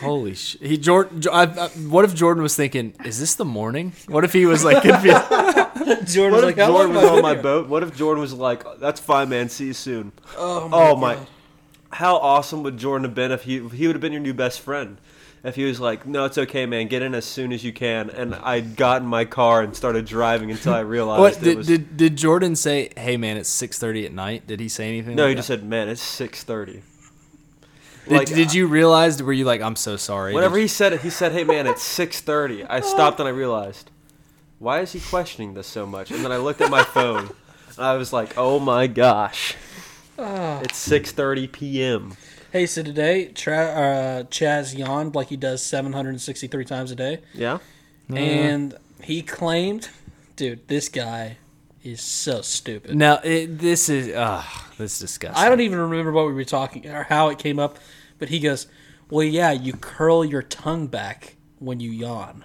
Speaker 2: holy sh. He Jordan. Jo- I, I, what if Jordan was thinking, is this the morning? What if he was like confused?
Speaker 1: Jordan was
Speaker 3: What if
Speaker 1: like, I
Speaker 3: Jordan
Speaker 1: love
Speaker 3: was on my
Speaker 1: video.
Speaker 3: boat? What if Jordan was like, "That's fine, man. See you soon."
Speaker 1: Oh my.
Speaker 3: Oh my! How awesome would Jordan have been if he he would have been your new best friend? If he was like, "No, it's okay, man. Get in as soon as you can," and I got in my car and started driving until I realized
Speaker 2: What
Speaker 3: it
Speaker 2: did,
Speaker 3: was.
Speaker 2: did did Jordan say? Hey man, it's six thirty at night. Did he say anything?
Speaker 3: no,
Speaker 2: like
Speaker 3: he
Speaker 2: that?
Speaker 3: just said, "Man, it's 6.30.
Speaker 2: Did, did you realize? Were you like, I'm so sorry?
Speaker 3: Whenever
Speaker 2: Did
Speaker 3: he said it, he said, "Hey, man, it's 6.30. I stopped and I realized, why is he questioning this so much? And then I looked at my phone. And I was like, "Oh my gosh, it's 6:30 p.m."
Speaker 1: Hey, so today Tra- uh, Chaz yawned like he does 763 times a day,
Speaker 3: Yeah.
Speaker 1: Mm. and he claimed, "Dude, this guy is so stupid."
Speaker 2: you- no, it, this is uh this is disgusting.
Speaker 1: I don't even remember what we were talking or how it came up, but he goes, "Well, yeah, you curl your tongue back when you yawn."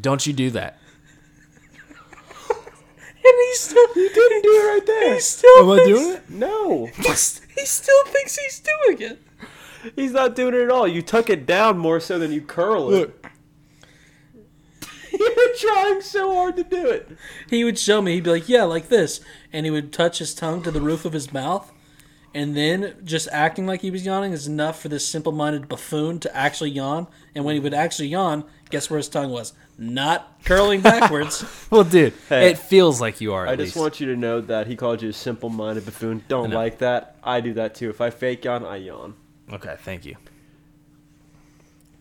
Speaker 2: Don't you do that?
Speaker 1: And he still he didn't do it right there. He still
Speaker 2: Am I
Speaker 1: thinks,
Speaker 2: doing it?
Speaker 3: No.
Speaker 1: He still thinks he's doing it.
Speaker 3: He's not doing it at all. You tuck it down more so than you curl it. You're trying so hard to do it.
Speaker 1: He would show me. He'd be like, "Yeah, like this," and he would touch his tongue to the roof of his mouth, and then just acting like he was yawning is enough for this simple-minded buffoon to actually yawn. And when he would actually yawn, guess where his tongue was? Not curling backwards.
Speaker 2: Well, dude,
Speaker 3: Hey.
Speaker 2: it feels like you are. At
Speaker 3: I
Speaker 2: least.
Speaker 3: just want you to know that he called you a simple minded buffoon. Don't like that. I do that too. If I fake yawn, I yawn.
Speaker 2: Okay, thank you.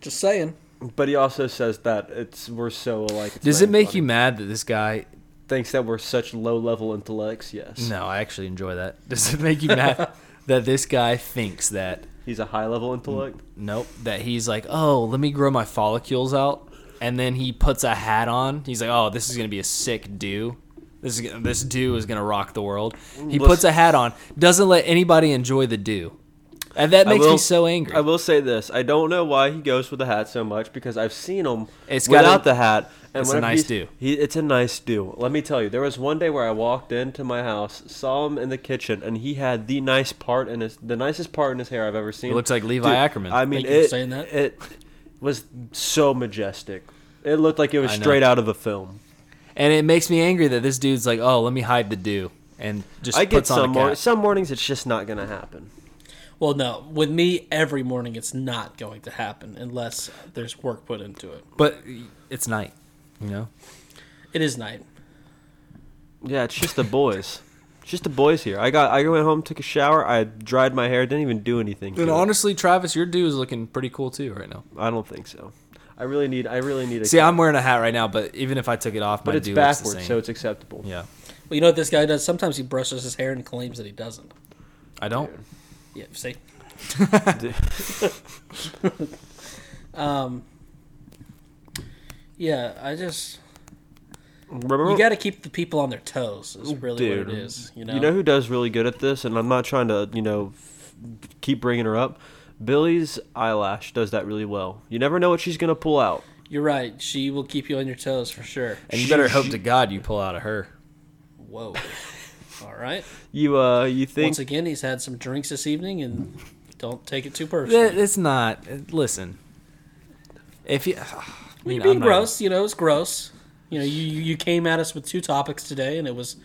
Speaker 1: just saying.
Speaker 3: But he also says that it's we're so alike. It's
Speaker 2: Does
Speaker 3: not
Speaker 2: it make
Speaker 3: funny.
Speaker 2: you mad that this guy?
Speaker 3: thinks that we're such low level intellects? Yes.
Speaker 2: No, I actually enjoy that. Does it make you mad that this guy thinks that?
Speaker 3: He's a high
Speaker 2: Mm.
Speaker 3: level intellect.
Speaker 2: Nope. That he's like, oh, let me grow my follicles out, and then he puts a hat on. He's like, oh, this is gonna be a sick do. This is gonna- this do is gonna rock the world. He
Speaker 3: Let's-
Speaker 2: puts a hat on. Doesn't let anybody enjoy the do, and that
Speaker 3: I
Speaker 2: makes me
Speaker 3: will-
Speaker 2: so angry.
Speaker 3: I will say this: I don't know why he goes with the hat so much because I've seen him
Speaker 2: It's got
Speaker 3: without
Speaker 2: a-
Speaker 3: the hat. And
Speaker 2: it's a
Speaker 3: whenever
Speaker 2: nice do.
Speaker 3: he's- He, it's a nice do. Let me tell you, there was one day where I walked into my house, saw him in the kitchen, and he had the nice part in his, the nicest part in his hair I've ever seen.
Speaker 2: It looks like Levi
Speaker 3: Dude,
Speaker 2: Ackerman.
Speaker 3: I mean,
Speaker 1: Thank you for
Speaker 3: it,
Speaker 1: saying that.
Speaker 3: it was so majestic. It looked like it was
Speaker 2: I know.
Speaker 3: straight out of a film.
Speaker 2: and it makes me angry that this dude's like, oh, let me hide the do, and just
Speaker 3: I get
Speaker 2: puts on
Speaker 3: some
Speaker 2: a
Speaker 3: mor-
Speaker 2: cap.
Speaker 3: some mornings it's just not gonna happen.
Speaker 1: Well, no. With me, every morning it's not going to happen unless there's work put into it.
Speaker 2: But it's night, you know.
Speaker 1: It is night.
Speaker 3: Yeah, it's just the boys. It's just the boys here. I got. I went home, took a shower. I dried my hair. Didn't even do anything. to
Speaker 2: And
Speaker 3: it.
Speaker 2: honestly, Travis, your do is looking pretty cool too right now.
Speaker 3: I don't think so. I really need. I really need a.
Speaker 2: See, I'm wearing a hat right now, but even if I took it off,
Speaker 3: but
Speaker 2: my
Speaker 3: it's
Speaker 2: do looks the
Speaker 3: backwards,
Speaker 2: same.
Speaker 3: so it's acceptable.
Speaker 2: yeah,
Speaker 1: Well, you know what this guy does? Sometimes he brushes his hair and claims that he doesn't.
Speaker 2: I don't.
Speaker 1: Yeah, see?
Speaker 3: Dude.
Speaker 1: um, yeah, I just.
Speaker 3: Remember,
Speaker 1: You got to keep the people on their toes, is really what it is. You know?
Speaker 3: who does really good at this, and I'm not trying to, you know, f- keep bringing her up. Billy's eyelash does that really well. You never know what she's gonna pull out.
Speaker 1: You're right. She will keep you on your toes for sure.
Speaker 2: And you better hope to God you pull out of her.
Speaker 1: Whoa. All right.
Speaker 3: You, uh, you think
Speaker 1: Once again, he's had some drinks this evening, and don't take it too personally.
Speaker 2: It- It's not. Listen, if you, I mean,
Speaker 1: You're being
Speaker 2: I'm not-
Speaker 1: gross, you know, it's gross. You know, you, you you came at us with two topics today, and it was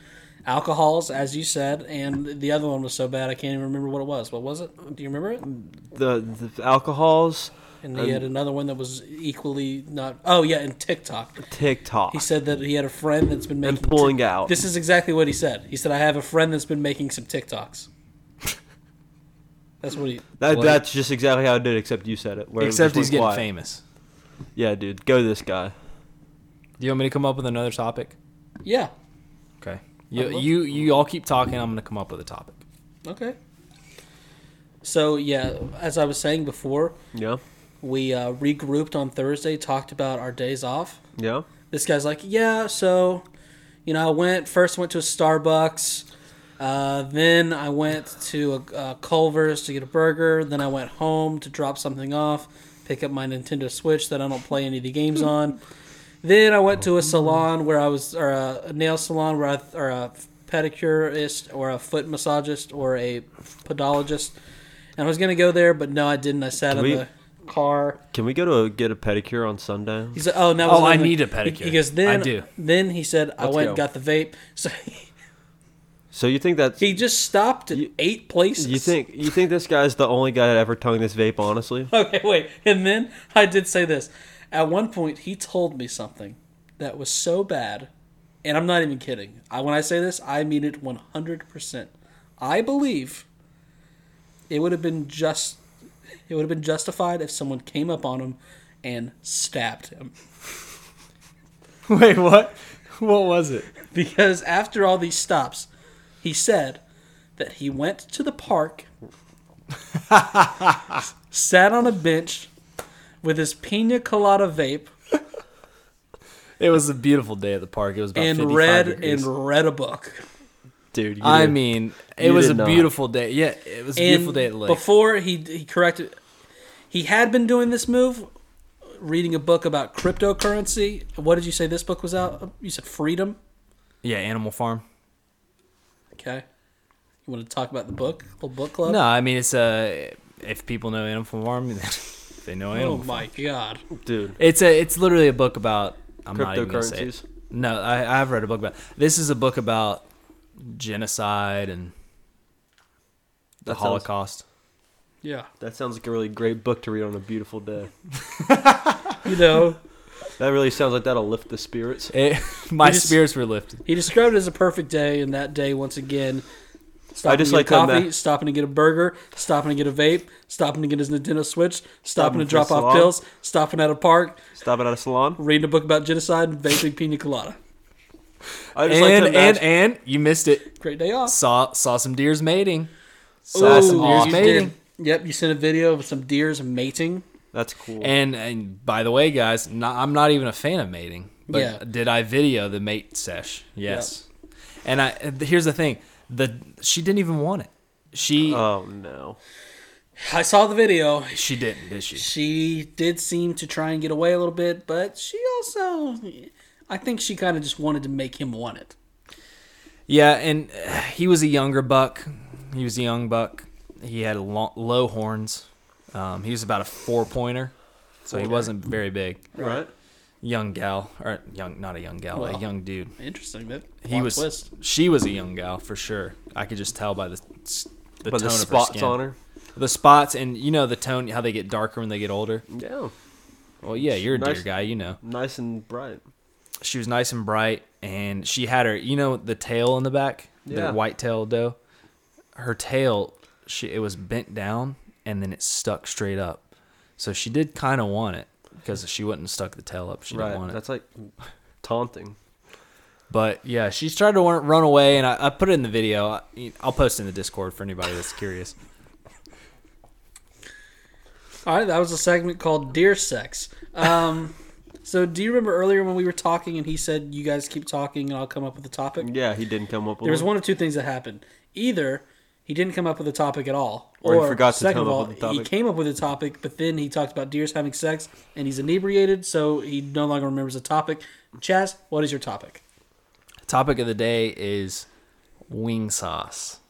Speaker 1: alcohols, as you said, and the other one was so bad I can't even remember what it was. What was it? Do you remember it?
Speaker 3: the, the alcohols,
Speaker 1: And he had another one that was equally not. Oh yeah, and TikTok.
Speaker 3: TikTok,
Speaker 1: He said that he had a friend that's been making
Speaker 3: and pulling
Speaker 1: Tik-
Speaker 3: out?
Speaker 1: This is exactly what he said. He said, "I have a friend that's been making some TikToks." that's what he.
Speaker 3: that,
Speaker 2: What?
Speaker 3: that's just exactly how I did, except you said it. where it
Speaker 2: Except
Speaker 3: just
Speaker 2: he's
Speaker 3: went
Speaker 2: getting
Speaker 3: quiet.
Speaker 2: famous.
Speaker 3: Yeah, dude, go this guy.
Speaker 2: Do you want me to come up with another topic?
Speaker 1: Yeah.
Speaker 2: Okay. You you you all keep talking. I'm gonna come up with a topic.
Speaker 1: Okay. So yeah, as I was saying before,
Speaker 3: Yeah,
Speaker 1: we uh, regrouped on Thursday, talked about our days off.
Speaker 3: yeah.
Speaker 1: This guy's like, yeah, so, you know, I went first went to a Starbucks, uh, then I went to a, a Culver's to get a burger, then I went home to drop something off, pick up my Nintendo Switch that I don't play any of the games on. Then I went to a salon where I was, or a, a nail salon where I, or a pedicurist, or a foot massagist, or a podologist, And I was gonna go there, but no, I didn't. I sat in
Speaker 3: we-
Speaker 1: the car.
Speaker 3: Can we go to a, get a pedicure on Sunday?
Speaker 1: He's like, oh, no. was
Speaker 5: Oh, I
Speaker 1: another-
Speaker 5: need a
Speaker 1: he- He,
Speaker 5: pedicure.
Speaker 1: goes, then,
Speaker 5: I do.
Speaker 1: Then he said, I
Speaker 3: Let's
Speaker 1: went and
Speaker 3: go.
Speaker 1: got the vape. So
Speaker 3: So you think that's
Speaker 1: he just stopped at eight places.
Speaker 3: you think you think this guy's the only guy that ever tongued this vape? Honestly,
Speaker 1: Okay, wait. And then I did say this. At one point, he told me something that was so bad, and I'm not even kidding. I, when I say this, I mean it 100%. I believe it would have been just it would have been justified if someone came up on him and stabbed him.
Speaker 2: Wait, what? What was it?
Speaker 1: Because after all these stops, he said that he went to the park, sat on a bench with his pina colada vape,
Speaker 2: It was a beautiful day at the park. It was about
Speaker 1: and
Speaker 2: 55
Speaker 1: read
Speaker 2: degrees.
Speaker 1: and read a book.
Speaker 3: dude. You
Speaker 2: I mean, it
Speaker 3: you
Speaker 2: was a
Speaker 3: did not.
Speaker 2: beautiful day. Yeah, it was a
Speaker 1: And
Speaker 2: beautiful day at the lake.
Speaker 1: before he he corrected, he had been doing this move, reading a book about cryptocurrency. What did you say this book was out? You said Freedom.
Speaker 2: yeah, Animal Farm.
Speaker 1: Okay, you want to talk about the book, little book club?
Speaker 2: No, I mean it's a. If people know Animal Farm, they know Animal.
Speaker 1: Oh
Speaker 2: Farm.
Speaker 1: my god.
Speaker 3: dude,
Speaker 2: It's a. It's literally a book about. I'm not even gonna say. it.
Speaker 3: cryptocurrencies.
Speaker 2: No, I, I've read a book about. This is a book about genocide and the
Speaker 3: That sounds-
Speaker 2: Holocaust.
Speaker 1: Yeah.
Speaker 3: That sounds like a really great book to read on a beautiful day.
Speaker 1: You know,
Speaker 3: That really sounds like that'll lift the spirits.
Speaker 2: It, Eh, my
Speaker 1: just-
Speaker 2: spirits were lifted.
Speaker 1: he described it as a perfect day, and that day once again. Stopping
Speaker 3: just
Speaker 1: to get
Speaker 3: like
Speaker 1: a
Speaker 3: how
Speaker 1: coffee,
Speaker 3: Ma-
Speaker 1: stopping to get a burger, stopping to get a vape, stopping to get his Nintendo Switch, stopping to
Speaker 3: for
Speaker 1: drop off
Speaker 3: salon.
Speaker 1: pills, stopping at a park,
Speaker 3: Stop it at a salon.
Speaker 1: reading a book about genocide and vaping pina colada.
Speaker 3: I
Speaker 2: And
Speaker 3: just like to
Speaker 2: and
Speaker 3: imagine-
Speaker 2: and you missed it.
Speaker 1: Great day off.
Speaker 2: Saw saw some deers mating. Saw
Speaker 1: Ooh,
Speaker 2: some deers
Speaker 1: you
Speaker 2: mating.
Speaker 1: did. Yep, you sent a video of some deers mating.
Speaker 3: that's cool.
Speaker 2: And and by the way, guys, not, I'm not even a fan of mating. But
Speaker 1: Yeah.
Speaker 2: did I video the mate sesh? Yes. And I and here's the thing: the she didn't even want it. She
Speaker 3: oh no,
Speaker 1: I saw the video.
Speaker 2: she didn't, did she?
Speaker 1: She did seem to try and get away a little bit, but she also, I think she kind of just wanted to make him want it.
Speaker 2: Yeah, and uh, he was a younger buck. He was a young buck. He had long, low horns. Um, he was about a four pointer, so he wasn't very big.
Speaker 3: right?
Speaker 2: Young gal, or young, not a young gal,
Speaker 1: Well,
Speaker 2: a young dude.
Speaker 1: Interesting that
Speaker 2: He
Speaker 1: plot
Speaker 2: was.
Speaker 1: twist.
Speaker 2: She was a young gal for sure. I could just tell by the s- the tone
Speaker 3: But the
Speaker 2: of her
Speaker 3: spots
Speaker 2: skin.
Speaker 3: on her.
Speaker 2: The spots and you know the tone, how they get darker when they get older.
Speaker 3: Yeah,
Speaker 2: Well, yeah, you're a
Speaker 3: Nice.
Speaker 2: deer guy, you know.
Speaker 3: nice and bright.
Speaker 2: She was nice and bright, and she had her, you know, the tail in the back,
Speaker 3: Yeah.
Speaker 2: the white tail doe. Her tail, she it was bent down, and then it stuck straight up. So she did kind of want it because she wouldn't have stuck the tail up. if She didn't want
Speaker 3: Right.
Speaker 2: it.
Speaker 3: That's like taunting.
Speaker 2: But yeah, she's tried to wa- run away, and I, I put it in the video. I, I'll post it in the Discord for anybody that's curious.
Speaker 1: All right, that was a segment called Deer Sex. Um, so, do you remember earlier when we were talking and he said, You guys keep talking and I'll come up with a topic?
Speaker 3: Yeah, he didn't come up with
Speaker 1: There was
Speaker 3: one.
Speaker 1: one of two things that happened. Either he didn't come up with a topic at all,
Speaker 3: Or he forgot to
Speaker 1: second
Speaker 3: come
Speaker 1: of
Speaker 3: up
Speaker 1: all,
Speaker 3: with a topic.
Speaker 1: he came up with a topic, but then he talked about deers having sex, and he's inebriated, so he no longer remembers the topic. Chaz, what is your topic?
Speaker 2: Topic of the day is wing sauce.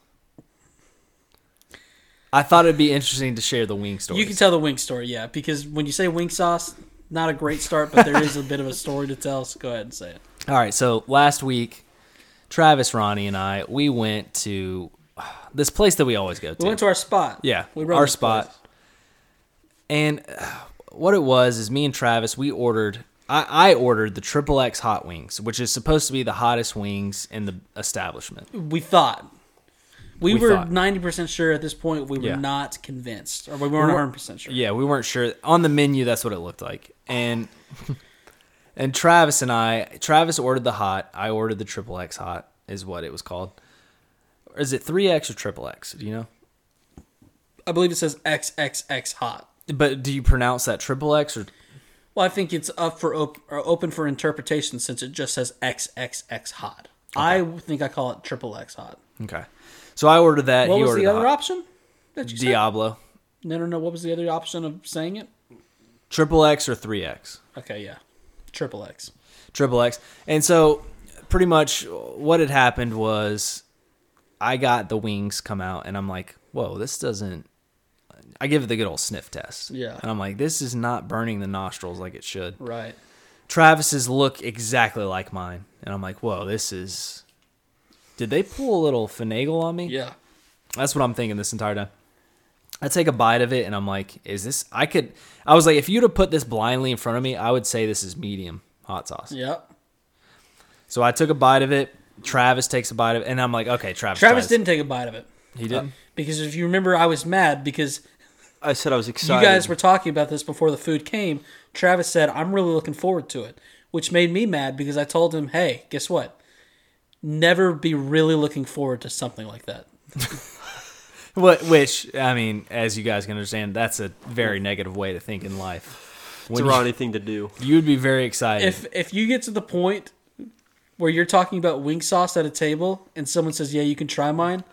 Speaker 2: I thought it'd be interesting to share the wing story.
Speaker 1: You can tell the wing story, yeah, because when you say wing sauce, not a great start, but there is a bit of a story to tell. So go ahead and say it.
Speaker 2: All right, so last week, Travis, Ronnie, and I we went to this place that we always go to.
Speaker 1: We went to our spot.
Speaker 2: yeah,
Speaker 1: we run
Speaker 2: our
Speaker 1: this
Speaker 2: spot.
Speaker 1: place.
Speaker 2: And uh, what it was is me and Travis we ordered. I, I ordered the triple X hot wings, which is supposed to be the hottest wings in the establishment.
Speaker 1: We thought. We,
Speaker 2: We
Speaker 1: were
Speaker 2: thought.
Speaker 1: ninety percent sure at this point. We were
Speaker 2: Yeah.
Speaker 1: not convinced, or we weren't one hundred percent sure.
Speaker 2: Yeah, we weren't sure on the menu. That's what it looked like, and and Travis and I, Travis ordered the hot. I ordered the triple X hot, is what it was called. Or is it three X or triple X? Do you know?
Speaker 1: I believe it says XXX hot.
Speaker 2: But do you pronounce that triple X or?
Speaker 1: Well, I think it's up for op- or open for interpretation since it just says XXX hot. I think I call it triple X hot.
Speaker 2: Okay, so I ordered that.
Speaker 1: What
Speaker 2: he
Speaker 1: was
Speaker 2: ordered
Speaker 1: the other
Speaker 2: hot.
Speaker 1: option? That you said?
Speaker 2: Diablo
Speaker 1: No, no, no. What was the other option of saying it?
Speaker 2: triple X or three X.
Speaker 1: Okay, yeah, triple X.
Speaker 2: Triple X. And so, pretty much, what had happened was, I got the wings come out, and I'm like, "Whoa, this doesn't." I give it the good old sniff test.
Speaker 1: Yeah.
Speaker 2: And I'm like, this is not burning the nostrils like it should.
Speaker 1: Right.
Speaker 2: Travis's look exactly like mine. And I'm like, whoa, this is. Did they pull a little finagle on me?
Speaker 1: Yeah.
Speaker 2: That's what I'm thinking this entire time. I take a bite of it and I'm like, is this. I could. I was like, if you'd have put this blindly in front of me, I would say this is medium hot sauce.
Speaker 1: Yep.
Speaker 2: So I took a bite of it. Travis takes a bite of it. And I'm like, okay, Travis.
Speaker 1: Travis
Speaker 2: tries.
Speaker 1: didn't take a bite of it
Speaker 2: He didn't.
Speaker 1: because if you remember, I was mad because
Speaker 3: I said I was excited.
Speaker 1: you guys were talking about this before the food came. Travis said, "I'm really looking forward to it," which made me mad because I told him, "Hey, guess what? Never be really looking forward to something like that."
Speaker 2: Uh, What, which I mean, as you guys can understand, that's a very negative way to think in life.
Speaker 3: It's a
Speaker 2: When you,
Speaker 3: Ronnie thing to do.
Speaker 2: you'd be very excited.
Speaker 1: If if you get to the point where you're talking about wing sauce at a table and someone says, "Yeah, you can try mine,"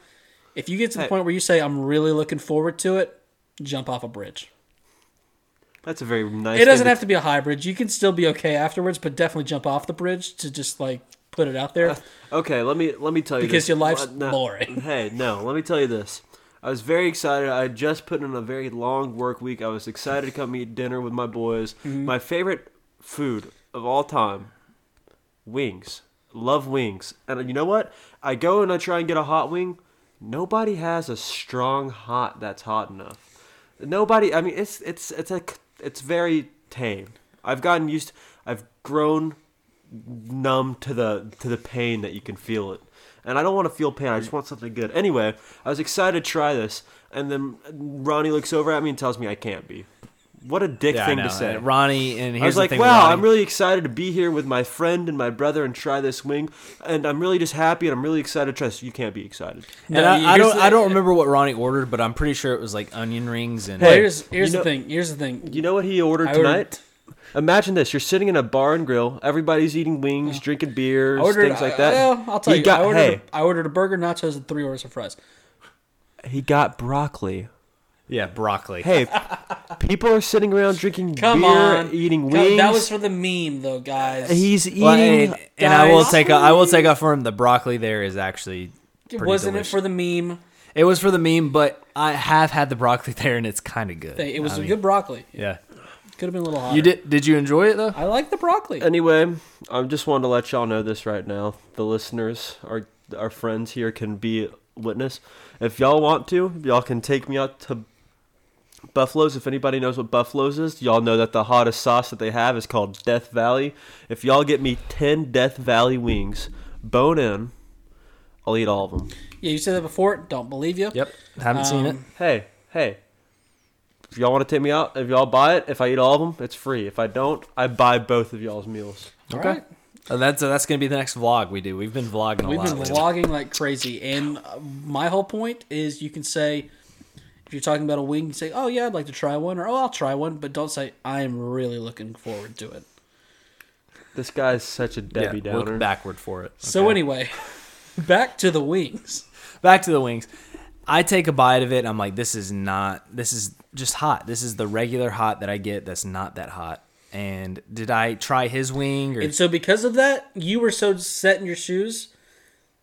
Speaker 1: if you get to the
Speaker 3: Hey.
Speaker 1: point where you say, "I'm really looking forward to it," jump off a bridge.
Speaker 3: That's a very nice.
Speaker 1: It doesn't
Speaker 3: thing
Speaker 1: have to be a high bridge. You can still be okay afterwards, but definitely jump off the bridge to just like put it out there.
Speaker 3: Okay, let me let me tell you
Speaker 1: Because
Speaker 3: this.
Speaker 1: your life's
Speaker 3: Well, no.
Speaker 1: boring.
Speaker 3: Hey, no, let me tell you this. I was very excited. I had just put in a very long work week. I was excited to come eat dinner with my boys.
Speaker 1: Mm-hmm.
Speaker 3: My favorite food of all time, wings. Love wings. And you know what? I go and I try and get a hot wing. Nobody has a strong hot that's hot enough. Nobody. I mean, it's it's it's a it's very tame. I've gotten used. I've grown numb to the to the pain that you can feel it. And I don't want to feel pain. I just want something good. Anyway, I was excited to try this, and then Ronnie looks over at me and tells me I can't be. What a dick
Speaker 2: Yeah, I
Speaker 3: thing
Speaker 2: know.
Speaker 3: to say.
Speaker 2: Ronnie, and here's
Speaker 3: I was
Speaker 2: the
Speaker 3: like,
Speaker 2: thing with
Speaker 3: wow,
Speaker 2: Ronnie.
Speaker 3: I'm really excited to be here with my friend and my brother and try this wing, and I'm really just happy and I'm really excited to try this. You can't be excited.
Speaker 2: And
Speaker 1: No,
Speaker 2: I, I
Speaker 1: here's
Speaker 2: don't,
Speaker 1: the-
Speaker 2: I don't remember what Ronnie ordered, but I'm pretty sure it was like onion rings and.
Speaker 1: Well, here's here's
Speaker 3: you
Speaker 1: the
Speaker 3: know-
Speaker 1: thing. Here's the thing.
Speaker 3: You know what he ordered
Speaker 1: I ordered-
Speaker 3: tonight? Imagine this: you're sitting in a bar and grill, everybody's eating wings, drinking beers,
Speaker 1: I ordered,
Speaker 3: things like that.
Speaker 1: I, well, I'll tell
Speaker 3: he
Speaker 1: you.
Speaker 3: Got,
Speaker 1: I, ordered
Speaker 3: hey,
Speaker 1: a, I ordered a burger, nachos, and three orders of fries.
Speaker 3: he got broccoli.
Speaker 2: yeah, broccoli.
Speaker 3: Hey, people are sitting around drinking
Speaker 1: Come
Speaker 3: beer,
Speaker 1: on,
Speaker 3: eating
Speaker 1: Come-
Speaker 3: wings.
Speaker 1: That was for the meme, though, guys.
Speaker 3: He's eating.
Speaker 2: Well, and, and I will
Speaker 3: guys.
Speaker 2: take, a, I will take off for him. The broccoli there is actually. pretty
Speaker 1: Wasn't
Speaker 2: delicious.
Speaker 1: it for the meme?
Speaker 2: It was for the meme, but I have had the broccoli there, and it's kind of good.
Speaker 1: Thing. It was
Speaker 2: I mean,
Speaker 1: good broccoli. It
Speaker 2: Yeah,
Speaker 1: could have been a little hotter.
Speaker 2: you did. Did you enjoy it though?
Speaker 1: I like the broccoli.
Speaker 3: Anyway, I just wanted to let y'all know this right now. The listeners, our our friends here, can be witness. If y'all want to, y'all can take me out to Buffalo's. If anybody knows what Buffalo's is, y'all know that the hottest sauce that they have is called Death Valley. If y'all get me ten Death Valley wings, bone in, I'll eat all of them.
Speaker 1: Yeah, you said that before. Don't believe you.
Speaker 2: Yep, haven't seen it.
Speaker 1: Um,
Speaker 3: Hey, hey. If y'all want to take me out, if y'all buy it, if I eat all of them, it's free. If I don't, I buy both of y'all's meals.
Speaker 1: All right.
Speaker 2: Uh, that's uh, that's gonna be the next vlog we do. We've been vlogging a
Speaker 1: We've
Speaker 2: lot.
Speaker 1: been
Speaker 2: lately.
Speaker 1: vlogging like crazy, and uh, my whole point is you can say if you're talking about a wing, you say, "Oh yeah, I'd like to try one," or "Oh, I'll try one," but don't say, "I am really looking forward to it."
Speaker 3: This guy's such a Debbie
Speaker 2: yeah,
Speaker 3: Downer.
Speaker 2: Look backward for it.
Speaker 1: So anyway, back to the wings.
Speaker 2: back to the wings. I take a bite of it. And I'm like, this is not. This is just hot. This is the regular hot that I get. That's not that hot. And did I try his wing? Or
Speaker 1: And so because of that, you were so set in your shoes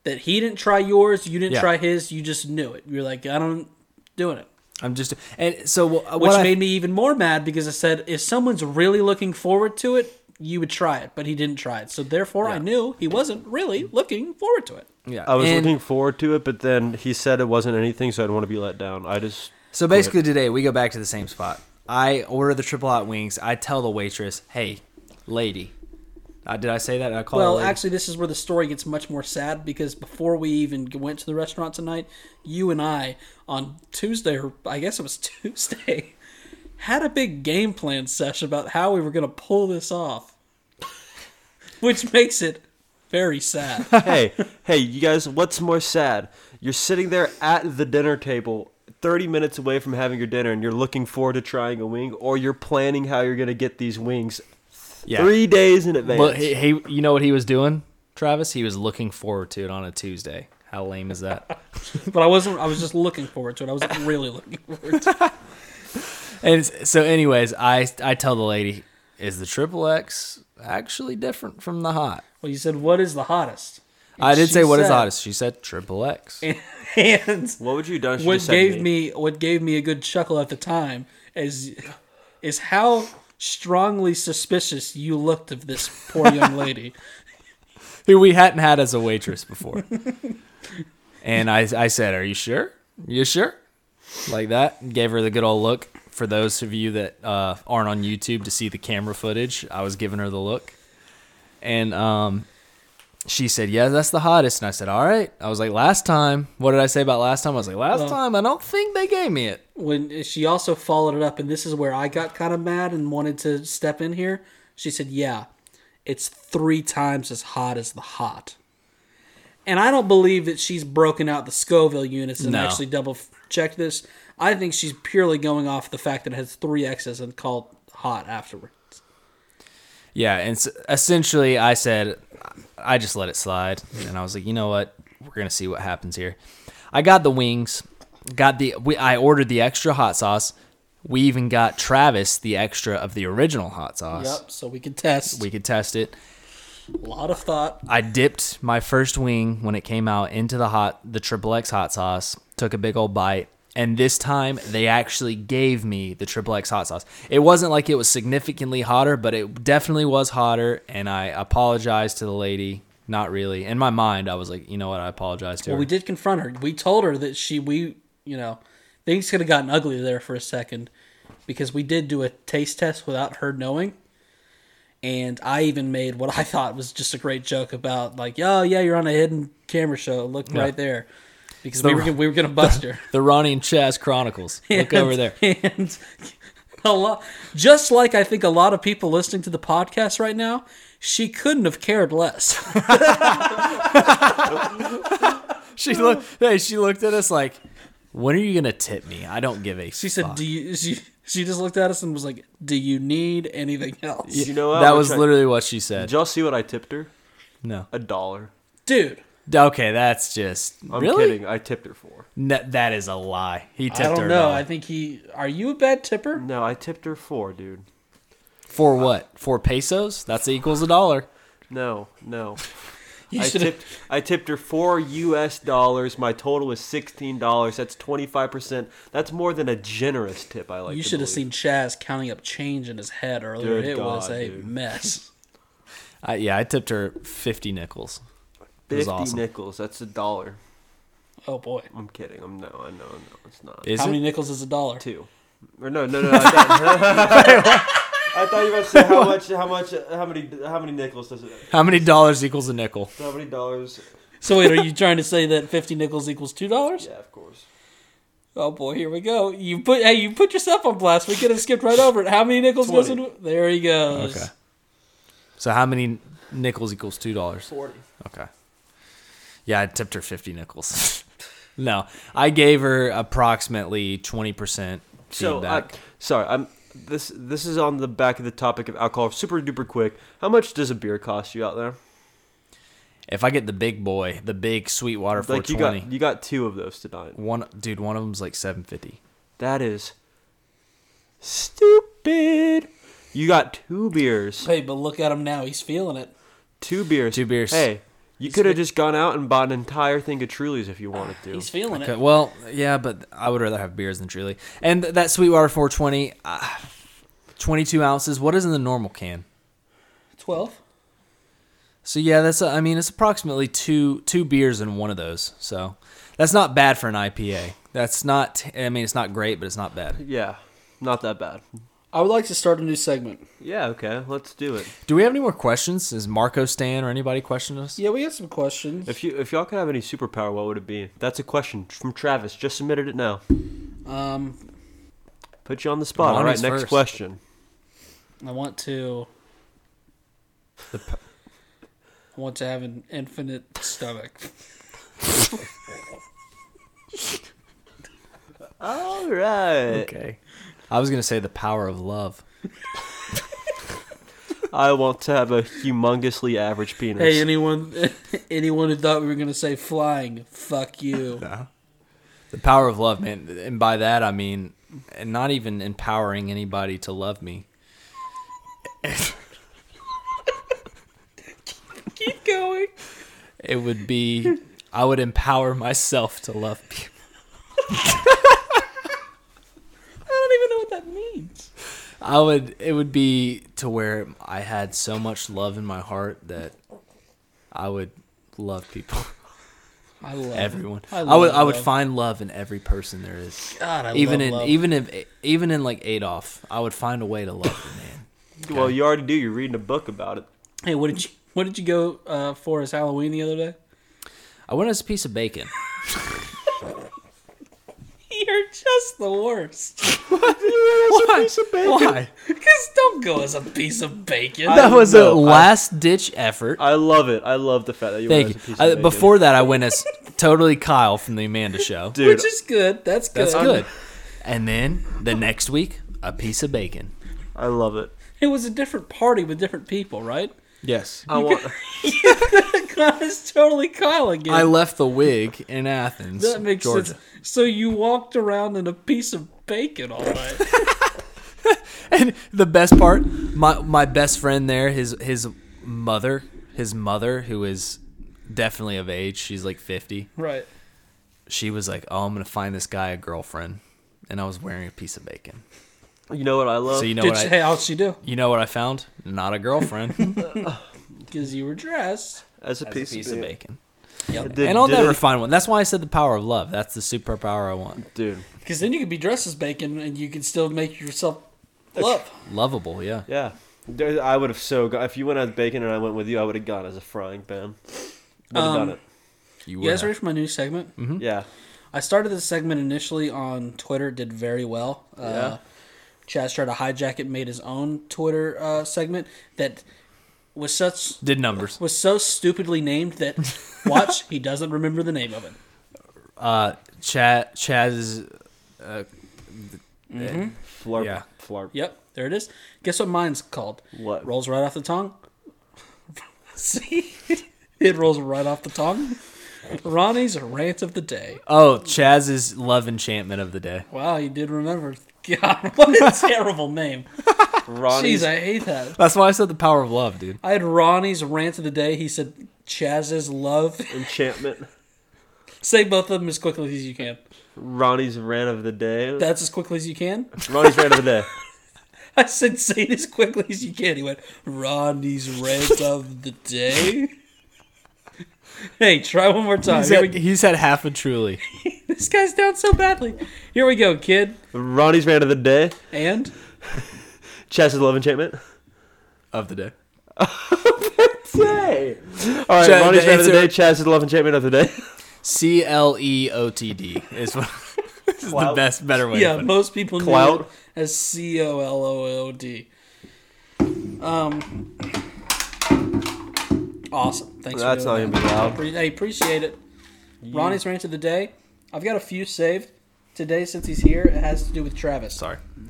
Speaker 1: that he didn't try yours, you didn't
Speaker 2: Yeah.
Speaker 1: try his, you just knew it. You're like, I don't doing it.
Speaker 2: I'm just. And so wh- what
Speaker 1: Which
Speaker 2: I-
Speaker 1: made me even more mad because I said if someone's really looking forward to it, you would try it, but he didn't try it. So therefore I knew he wasn't really looking forward to it.
Speaker 2: yeah.
Speaker 3: I was
Speaker 2: and
Speaker 3: looking forward to it, but then he said it wasn't anything, so I didn't want to be let down. I just
Speaker 2: So basically, today we go back to the same spot. I order the triple hot wings. I tell the waitress, "Hey, lady." Uh, did I say that? Did I call her
Speaker 1: Well,
Speaker 2: lady?
Speaker 1: actually this is where the story gets much more sad because before we even went to the restaurant tonight, you and I on Tuesday or I guess it was Tuesday had a big game plan session about how we were going to pull this off. Which makes it very sad.
Speaker 3: hey, hey, you guys, what's more sad? You're sitting there at the dinner table, 30 minutes away from having your dinner, and you're looking forward to trying a wing, or you're planning how you're going to get these wings
Speaker 2: Yeah.
Speaker 3: three days in advance.
Speaker 2: But he, he, you know what he was doing, Travis? He was looking forward to it on a Tuesday. How lame is that?
Speaker 1: But I wasn't I was just looking forward to it. I wasn't really looking forward to it.
Speaker 2: and s- so, anyways, I I tell the lady, is the triple X actually different from the hot?
Speaker 1: Well, you said what is the hottest?
Speaker 2: I did
Speaker 1: she
Speaker 2: say what is
Speaker 1: said-
Speaker 2: hottest. She said triple X.
Speaker 1: And
Speaker 3: What would you have done? if she
Speaker 1: what
Speaker 3: just said
Speaker 1: gave me what gave me a good chuckle at the time is is how strongly suspicious you looked of this poor young lady.
Speaker 2: who we hadn't had as a waitress before. and I, I said, Are you sure? You sure? Like that. and Gave her the good old look. For those of you that uh, aren't on YouTube to see the camera footage, I was giving her the look. And um, she said, Yeah, that's the hottest. And I said, All right. I was like, Last time, what did I say about last time? I was like, Last time, I don't think they gave me it.
Speaker 1: When she also followed it up, and this is where I got kind of mad and wanted to step in here. She said, "Yeah, it's three times as hot as the hot." And I don't believe that she's broken out the Scoville units and
Speaker 2: No.
Speaker 1: actually double f- checked this. I think she's purely going off the fact that it has three X's and called hot afterward.
Speaker 2: Yeah, and s essentially, I said, I just let it slide, and I was like, you know what, we're gonna see what happens here. I got the wings, got the we, I ordered the extra hot sauce. We even got Travis the extra of the original hot sauce.
Speaker 1: Yep. So we can test.
Speaker 2: We could test it.
Speaker 1: a lot of thought.
Speaker 2: I dipped my first wing when it came out into the hot the triple X hot sauce, took a big old bite, and this time they actually gave me the triple X hot sauce. It wasn't like it was significantly hotter, but it definitely was hotter, and I apologized to the lady. Not really. In my mind, I was like, you know what, I apologize to
Speaker 1: Well,
Speaker 2: her.
Speaker 1: we did confront her. We told her that she, we, you know, things could have gotten ugly there for a second because we did do a taste test without her knowing. And I even made what I thought was just a great joke about, like, oh, yeah, you're on a hidden camera show. Look right there. Because we were, gonna- we were going to bust her.
Speaker 2: the Ronnie and Chaz Chronicles. Look over there.
Speaker 1: And a lot, just like I think a lot of people listening to the podcast right now, she couldn't have cared less.
Speaker 2: She looked. Hey, she looked at us like, "When are you gonna tip me? I don't give a."
Speaker 1: She said, "Do you?" She she just looked at us and was like, "Do you need anything else,
Speaker 3: You know what?
Speaker 2: that
Speaker 3: I'm
Speaker 2: was
Speaker 3: gonna try-
Speaker 2: literally what she said.
Speaker 3: Did y'all see what I tipped her?
Speaker 2: No.
Speaker 3: A dollar.
Speaker 1: dude?"
Speaker 2: Okay, that's just
Speaker 3: I'm
Speaker 2: really.
Speaker 3: kidding. I tipped her four.
Speaker 2: No, that is a lie. He tipped
Speaker 1: I
Speaker 2: her
Speaker 1: don't
Speaker 2: a
Speaker 1: know.
Speaker 2: dollar.
Speaker 1: I think he. Are you a bad tipper?
Speaker 3: No, I tipped her four, dude.
Speaker 2: For what? For pesos? That's equals a dollar.
Speaker 3: No, no.
Speaker 1: You
Speaker 3: I
Speaker 1: should have.
Speaker 3: tipped, I tipped her four U.S. dollars. My total was sixteen dollars. That's twenty five percent. That's more than a generous tip. I like.
Speaker 1: You
Speaker 3: to
Speaker 1: should have
Speaker 3: believe.
Speaker 1: seen Chaz counting up change in his head earlier.
Speaker 3: Good
Speaker 1: it was
Speaker 3: God,
Speaker 1: a
Speaker 3: dude.
Speaker 1: mess.
Speaker 2: I, yeah, I tipped her fifty nickels. It was
Speaker 3: fifty
Speaker 2: awesome.
Speaker 3: nickels. That's a dollar.
Speaker 1: Oh boy.
Speaker 3: I'm kidding. I'm no, I know, no, it's not
Speaker 2: Is
Speaker 1: How
Speaker 2: it?
Speaker 1: many nickels is a dollar?
Speaker 3: two. Or no, no, no. I thought, I thought you were about to say how much, how much, how many, how many nickels does it?
Speaker 2: How many dollars equals a nickel?
Speaker 3: How many dollars?
Speaker 1: So wait, are you trying to say that fifty nickels equals two dollars?
Speaker 3: Yeah, of course.
Speaker 1: Oh boy, here we go. You put hey, you put yourself on blast. We could have skipped right over it. How many nickels goes
Speaker 3: 20.
Speaker 1: into? There he goes.
Speaker 2: Okay. So how many nickels equals two dollars?
Speaker 1: Forty.
Speaker 2: Okay. Yeah, I tipped her fifty nickels. no, I gave her approximately twenty percent
Speaker 1: uh,
Speaker 3: So, I,
Speaker 2: feedback.
Speaker 3: sorry, I'm. This this is on the back of the topic of alcohol. Super duper quick. How much does a beer cost you out there?
Speaker 2: if I get the big boy, the big Sweetwater four
Speaker 3: Like you
Speaker 2: twenty,
Speaker 3: got you got two of those tonight.
Speaker 2: one dude, one of them's like seven fifty.
Speaker 3: That is stupid. You got two beers.
Speaker 1: Hey, but look at him now. He's feeling it.
Speaker 3: Two beers.
Speaker 2: Two beers.
Speaker 3: Hey, you could have just gone out and bought an entire thing of Trulies if you wanted to.
Speaker 1: He's feeling
Speaker 2: Okay,
Speaker 1: it.
Speaker 2: well, yeah, but I would rather have beers than truly. And th- that Sweetwater 420, uh, 22 ounces. What is in the normal can?
Speaker 1: Twelve.
Speaker 2: So yeah, that's uh, I mean it's approximately two two beers in one of those. So that's not bad for an IPA. That's not I mean it's not great, but it's not bad.
Speaker 3: Yeah, not that bad.
Speaker 1: I would like to start a new segment.
Speaker 3: Yeah, okay, let's do it.
Speaker 2: Do we have any more questions? Is Marco Stan or anybody question us?
Speaker 1: Yeah, we got some questions.
Speaker 3: If you if y'all could have any superpower, what would it be? That's a question from Travis. Just submitted it now.
Speaker 1: Um,
Speaker 3: Put you on the spot. All right,
Speaker 2: Ronnie's
Speaker 3: next
Speaker 2: first.
Speaker 3: question.
Speaker 1: I want to. I want to have an infinite stomach.
Speaker 3: All right.
Speaker 2: Okay. I was gonna say the power of love.
Speaker 3: I want to have a humongously average penis.
Speaker 1: Hey, anyone, anyone who thought we were gonna say flying, fuck you.
Speaker 2: The power of love, man. And by that I mean and not even empowering anybody to love me.
Speaker 1: Keep going.
Speaker 2: It would be I would empower myself to love people.
Speaker 1: I don't even know what that means.
Speaker 2: I would it would be to where I had so much love in my heart that I would love people,
Speaker 1: I love it.
Speaker 2: everyone. I,
Speaker 1: love
Speaker 2: would I would
Speaker 1: love.
Speaker 2: find love in every person there is.
Speaker 1: God, I
Speaker 2: even
Speaker 1: love
Speaker 2: in
Speaker 1: love.
Speaker 2: even if even in like Adolf, I would find a way to love the man.
Speaker 3: Well, you already do. You're reading a book about it.
Speaker 1: Hey, what did you what did you go uh, for as Halloween the other day?
Speaker 2: I went as a piece of bacon.
Speaker 1: You're just the worst.
Speaker 2: Why? Why?
Speaker 1: Because don't go as a piece of bacon.
Speaker 2: That was a
Speaker 3: No, I-
Speaker 2: last ditch effort.
Speaker 3: I love it. I love the fact that you
Speaker 2: Thank
Speaker 3: went as a
Speaker 2: you.
Speaker 3: piece of
Speaker 2: I,
Speaker 3: bacon.
Speaker 2: before that, I went as totally Kyle from the Amanda Show.
Speaker 3: dude,
Speaker 1: Which is good. That's good.
Speaker 2: That's good. And then the next week, a piece of bacon.
Speaker 3: I love it.
Speaker 1: It was a different party with different people, right?
Speaker 2: Yes.
Speaker 3: I want.
Speaker 1: God, it's totally Kyle again.
Speaker 2: I left the wig in Athens,
Speaker 1: that makes
Speaker 2: Georgia.
Speaker 1: sense. So you walked around in a piece of bacon all night.
Speaker 2: And the best part, my my best friend there, his his mother, his mother, who is definitely of age, she's like fifty.
Speaker 1: right.
Speaker 2: She was like, "Oh, I'm gonna find this guy a girlfriend," and I was wearing a piece of bacon.
Speaker 3: You know what I love?
Speaker 2: So you know
Speaker 1: Did
Speaker 2: what
Speaker 1: she,
Speaker 2: I,
Speaker 1: hey, how'd she do?
Speaker 2: you know what I found? Not a girlfriend,
Speaker 1: Because you were dressed.
Speaker 3: as a
Speaker 2: as a
Speaker 3: piece,
Speaker 2: piece of bacon.
Speaker 1: Yep.
Speaker 3: Did-
Speaker 2: and I'll
Speaker 3: did
Speaker 2: never
Speaker 3: it-
Speaker 2: find one. That's why I said the power of love. That's the superpower I want.
Speaker 3: dude.
Speaker 1: Because then you could be dressed as bacon and you could still make yourself love.
Speaker 2: Lovable, yeah.
Speaker 3: Yeah, There- I would have so gone if you went as bacon and I went with you. I would have gone as a frying pan. Would have
Speaker 2: Um,
Speaker 3: done it.
Speaker 2: You
Speaker 1: You
Speaker 2: were.
Speaker 1: guys ready for my new segment?
Speaker 2: Mm-hmm.
Speaker 3: Yeah,
Speaker 1: I started this segment initially on Twitter. it Did very well. Uh, Chaz tried to hijack it, made his own Twitter uh, segment that was such
Speaker 2: Did numbers.
Speaker 1: was so stupidly named that watch he doesn't remember the name of it.
Speaker 2: Uh, Chad, Chaz's
Speaker 3: flarp,
Speaker 2: Yeah.
Speaker 3: flarp.
Speaker 1: Yep, there it is. Guess what mine's called?
Speaker 3: What?
Speaker 1: rolls right off the tongue? See, it rolls right off the tongue. Ronnie's rant of the day.
Speaker 2: Oh, Chaz's love enchantment of the day.
Speaker 1: Wow, you did remember. God, what a terrible name.
Speaker 3: Ronnie's
Speaker 1: Jeez, I hate that.
Speaker 2: That's why I said the power of love, dude.
Speaker 1: I had Ronnie's rant of the day. He said Chaz's love.
Speaker 3: enchantment.
Speaker 1: Say both of them as quickly as you can.
Speaker 3: Ronnie's rant of the day.
Speaker 1: That's as quickly as you can.
Speaker 3: Ronnie's rant of the day.
Speaker 1: I said, say it as quickly as you can. He went, Ronnie's rant of the day. Hey, try one more time.
Speaker 2: He's
Speaker 1: Here
Speaker 2: had,
Speaker 1: we,
Speaker 2: he's had half a truly.
Speaker 1: this guy's down so badly. Here we go, kid.
Speaker 3: Ronnie's rant of the day.
Speaker 1: And
Speaker 3: Chaz's love enchantment.
Speaker 2: Of the day.
Speaker 3: Say. All right,
Speaker 2: Chaz-
Speaker 3: Ronnie's
Speaker 2: the
Speaker 3: rant of the day.
Speaker 2: answer-
Speaker 3: Chaz's love enchantment of the day.
Speaker 2: C L E O T D is what. this is the
Speaker 3: Clout.
Speaker 2: best, better way.
Speaker 1: yeah,
Speaker 2: to put it.
Speaker 1: most people know it
Speaker 3: Clout.
Speaker 1: as C O L O O D. Um, awesome. Thanks.
Speaker 3: That's
Speaker 1: for
Speaker 3: not
Speaker 1: doing
Speaker 3: gonna
Speaker 1: that.
Speaker 3: be loud.
Speaker 1: Pre- I appreciate it. Ronnie's rant of the day. I've got a few saved today since he's here. It has to do with Travis.
Speaker 2: Sorry.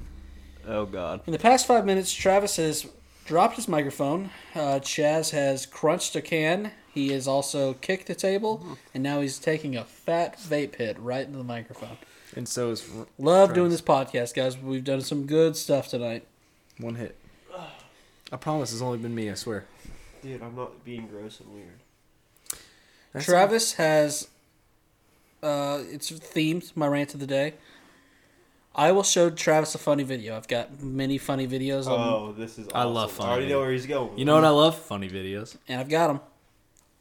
Speaker 3: Oh God.
Speaker 1: In the past five minutes, Travis has dropped his microphone. Uh, Chaz has crunched a can. He has also kicked a table, and now he's taking a fat vape hit right into the microphone.
Speaker 2: And so is
Speaker 1: Love doing this podcast, guys. We've done some good stuff tonight.
Speaker 2: one hit. I promise it's only been me, I swear.
Speaker 3: Dude, I'm not being gross and weird.
Speaker 1: Travis has. Uh, it's themed. My rant of the day. I will show Travis a funny video. I've got many funny videos,
Speaker 3: Um,
Speaker 1: on,
Speaker 3: Oh, this is.
Speaker 2: I love awesome. I already fun. know where
Speaker 3: he's going.
Speaker 2: You know what I love? Funny videos.
Speaker 1: and I've got them.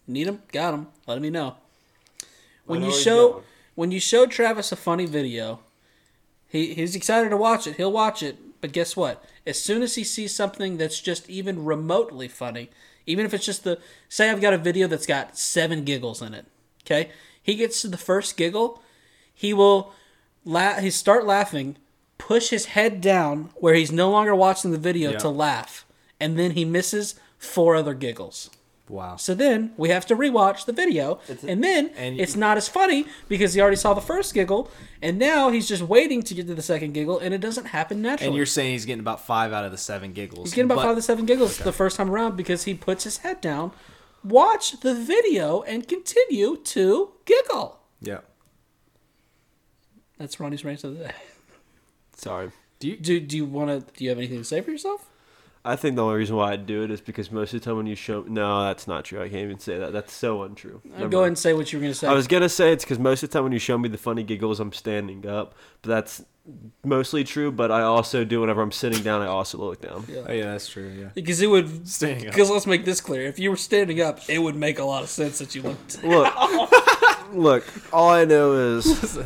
Speaker 1: Need them? Got them. Let me know. When
Speaker 3: know
Speaker 1: you
Speaker 3: where he's
Speaker 1: show
Speaker 3: going.
Speaker 1: when you show Travis a funny video, he he's excited to watch it. He'll watch it, but guess what? As soon as he sees something that's just even remotely funny, even if it's just the say I've got a video that's got 7 giggles in it, okay? He gets to the first giggle, he will la- he start laughing, push his head down where he's no longer watching the video to laugh, and then he misses four other giggles.
Speaker 2: Wow.
Speaker 1: So then we have to rewatch the video, and then
Speaker 2: and-
Speaker 1: it's not as funny because he already saw the first giggle, and now he's just waiting to get to the second giggle, and it doesn't happen naturally.
Speaker 2: And you're saying he's getting about five out of the seven giggles.
Speaker 1: he's getting about
Speaker 2: but-
Speaker 1: five to seven giggles the first time around because he puts his head down, watch the video, and continue to giggle.
Speaker 2: Yeah.
Speaker 1: That's Ronnie's rant of the day.
Speaker 3: Sorry.
Speaker 1: Do do you want to? Do you have anything to say for yourself?
Speaker 3: I think the only reason why I'd do it is because most of the time when you show, no, that's not true. I can't even say that. That's so untrue. Never
Speaker 1: Go ahead
Speaker 3: mind.
Speaker 1: and say what you were going to say.
Speaker 3: I was gonna say it's because most of the time when you show me the funny giggles, I'm standing up, but that's mostly true. But I also do whenever I'm sitting down, I also look down.
Speaker 2: Oh yeah, that's true. Yeah.
Speaker 1: because it would.
Speaker 2: Standing up.
Speaker 1: Because let's make this clear: if you were standing up, it would make a lot of sense that you looked.
Speaker 3: Look, look. All I know is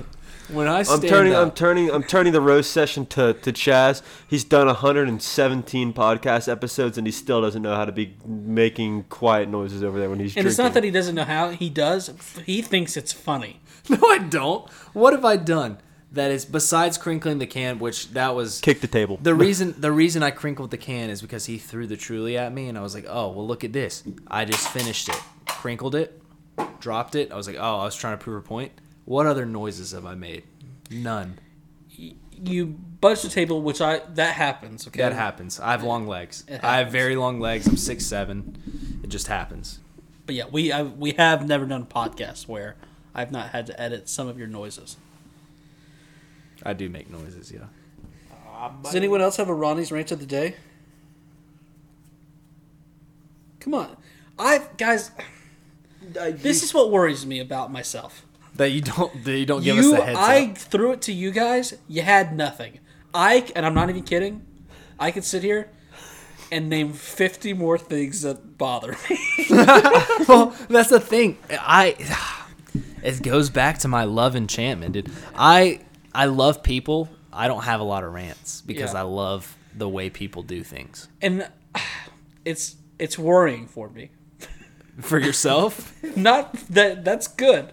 Speaker 2: When I
Speaker 3: I'm
Speaker 2: stand
Speaker 3: turning,
Speaker 2: up,
Speaker 3: I'm turning, I'm turning the roast session to to Chaz. He's done 117 podcast episodes, and he still doesn't know how to be making quiet noises over there when he's
Speaker 1: And
Speaker 3: drinking.
Speaker 1: it's not that he doesn't know how he does; he thinks it's funny.
Speaker 2: no, I don't. What have I done? That is besides crinkling the can, which that was
Speaker 3: kick the table.
Speaker 2: The reason the reason I crinkled the can is because he threw the truly at me, and I was like, "Oh, well, look at this! I just finished it, crinkled it, dropped it." I was like, "Oh, I was trying to prove a point." What other noises have I made? None.
Speaker 1: You budge the table, which I that happens. Okay,
Speaker 2: That happens. I have long legs.
Speaker 1: It
Speaker 2: I have
Speaker 1: happens.
Speaker 2: very long legs. I'm six seven. It just happens.
Speaker 1: But yeah, we I, we have never done a podcast where I've not had to edit some of your noises.
Speaker 2: I do make noises. Yeah.
Speaker 1: Does anyone else have a Ronnie's Ranch of the Day? Come on. I guys, this is what worries me about myself.
Speaker 2: That you don't. That you don't give
Speaker 1: you,
Speaker 2: us the heads
Speaker 1: I
Speaker 2: up.
Speaker 1: threw it to you guys. You had nothing. I and I'm not even kidding. I could sit here and name 50 more things that bother me.
Speaker 2: Well, that's the thing. I it goes back to my love enchantment, dude. I I love people. I don't have a lot of rants because
Speaker 1: Yeah.
Speaker 2: I love the way people do things.
Speaker 1: and it's it's worrying for me.
Speaker 2: For yourself,
Speaker 1: Not that that's good.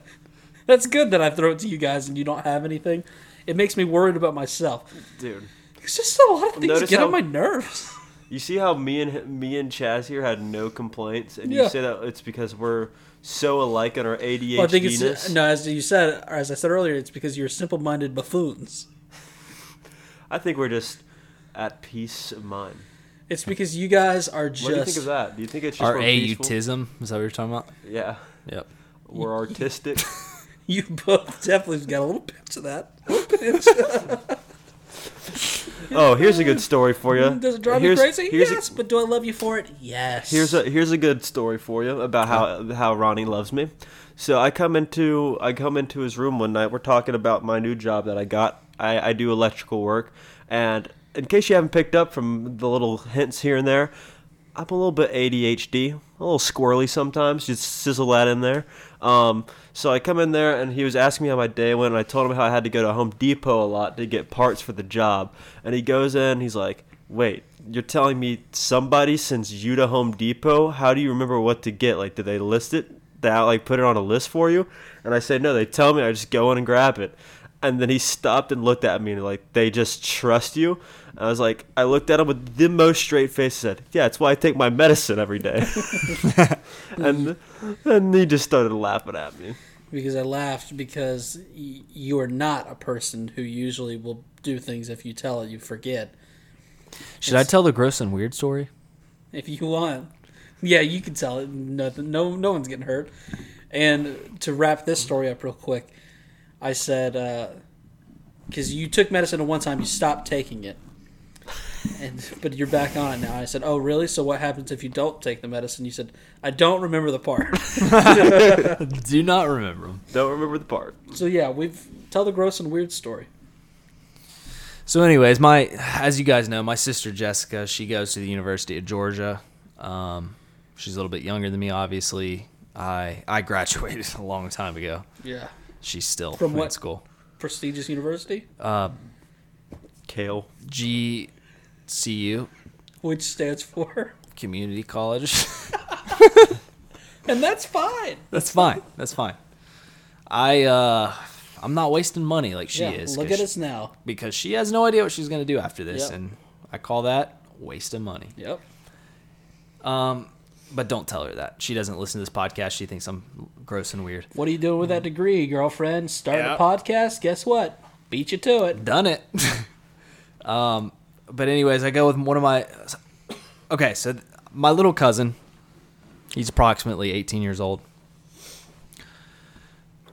Speaker 1: That's good that I throw it to you guys and you don't have anything. It makes me worried about myself.
Speaker 3: dude.
Speaker 1: It's just a lot of things
Speaker 3: Notice
Speaker 1: get on my
Speaker 3: how-
Speaker 1: nerves.
Speaker 3: You see how me and me and Chaz here had no complaints, and
Speaker 1: Yeah.
Speaker 3: you say that it's because we're so alike in our ADHD.
Speaker 1: Well, I think it's uh, no, as you said, or as I said earlier, it's because you're simple-minded buffoons.
Speaker 3: I think we're just at peace of mind.
Speaker 1: It's because you guys are just
Speaker 3: What do you think of that? Do you think it's just
Speaker 2: our
Speaker 3: we're peaceful?
Speaker 2: autism is that what you're talking about?
Speaker 3: Yeah,
Speaker 2: Yep.
Speaker 3: we're artistic.
Speaker 1: you both definitely got a little pinch of that.
Speaker 3: oh, here's a good story for you.
Speaker 1: Does it drive
Speaker 3: here's,
Speaker 1: you crazy?
Speaker 3: Here's
Speaker 1: yes,
Speaker 3: a,
Speaker 1: but do I love you for it? Yes.
Speaker 3: Here's a here's a good story for you about how how Ronnie loves me. So I come into I come into his room one night. We're talking about my new job that I got. I, I do electrical work, and in case you haven't picked up from the little hints here and there, I'm a little bit ADHD, a little squirrely sometimes. Just sizzle that in there. Um, so I come in there, and he was asking me how my day went. And I told him how I had to go to Home Depot a lot to get parts for the job. And he goes in, he's like, "Wait, you're telling me somebody sends you to Home Depot? How do you remember what to get? Like, did they list it? That like put it on a list for you?" And I say, "No, they tell me. I just go in and grab it." And then he stopped and looked at me and like, "They just trust you." And I was like, I looked at him with the most straight face. and Said, "Yeah, it's why I take my medicine every day." and and he just started laughing at me.
Speaker 1: because I laughed because y- you are not a person who usually will do things if you tell it you forget.
Speaker 2: Should I tell the gross and weird story?
Speaker 1: if you want. Yeah, you can tell it. Nothing. No, no one's getting hurt. And to wrap this story up real quick, I said because you took medicine at one time, you stopped taking it, and but you're back on it now. I said, "Oh, really? So what happens if you don't take the medicine?" You said, "I don't remember the part."
Speaker 2: Do not remember 'em.
Speaker 3: Don't remember the part.
Speaker 1: so yeah, we've tell the gross and weird story.
Speaker 2: So, anyways, my as you guys know, my sister Jessica, she goes to the University of Georgia. Um, she's a little bit younger than me, obviously. I I graduated a long time ago.
Speaker 1: Yeah,
Speaker 2: She's still
Speaker 1: From
Speaker 2: in
Speaker 1: what-
Speaker 2: school.
Speaker 1: prestigious university.
Speaker 3: Kale.
Speaker 2: GCU
Speaker 1: Which stands for,
Speaker 2: community college.
Speaker 1: and that's fine.
Speaker 2: That's fine. That's fine. I uh I'm not wasting money like she
Speaker 1: yeah,
Speaker 2: is.
Speaker 1: look
Speaker 2: 'cause
Speaker 1: at us now.
Speaker 2: she- because she has no idea what she's gonna do after this,
Speaker 1: Yep.
Speaker 2: and I call that waste of money. Um,
Speaker 1: Yep.
Speaker 2: But don't tell her that. She doesn't listen to this podcast. She thinks I'm gross and weird.
Speaker 1: What are you doing with
Speaker 2: Mm-hmm.
Speaker 1: that degree, girlfriend? Start
Speaker 2: Yeah.
Speaker 1: a podcast? Guess what? Beat you to it.
Speaker 2: Done it. um, but anyways, I go with one of my. Okay, so th- my little cousin, he's approximately 18 years old.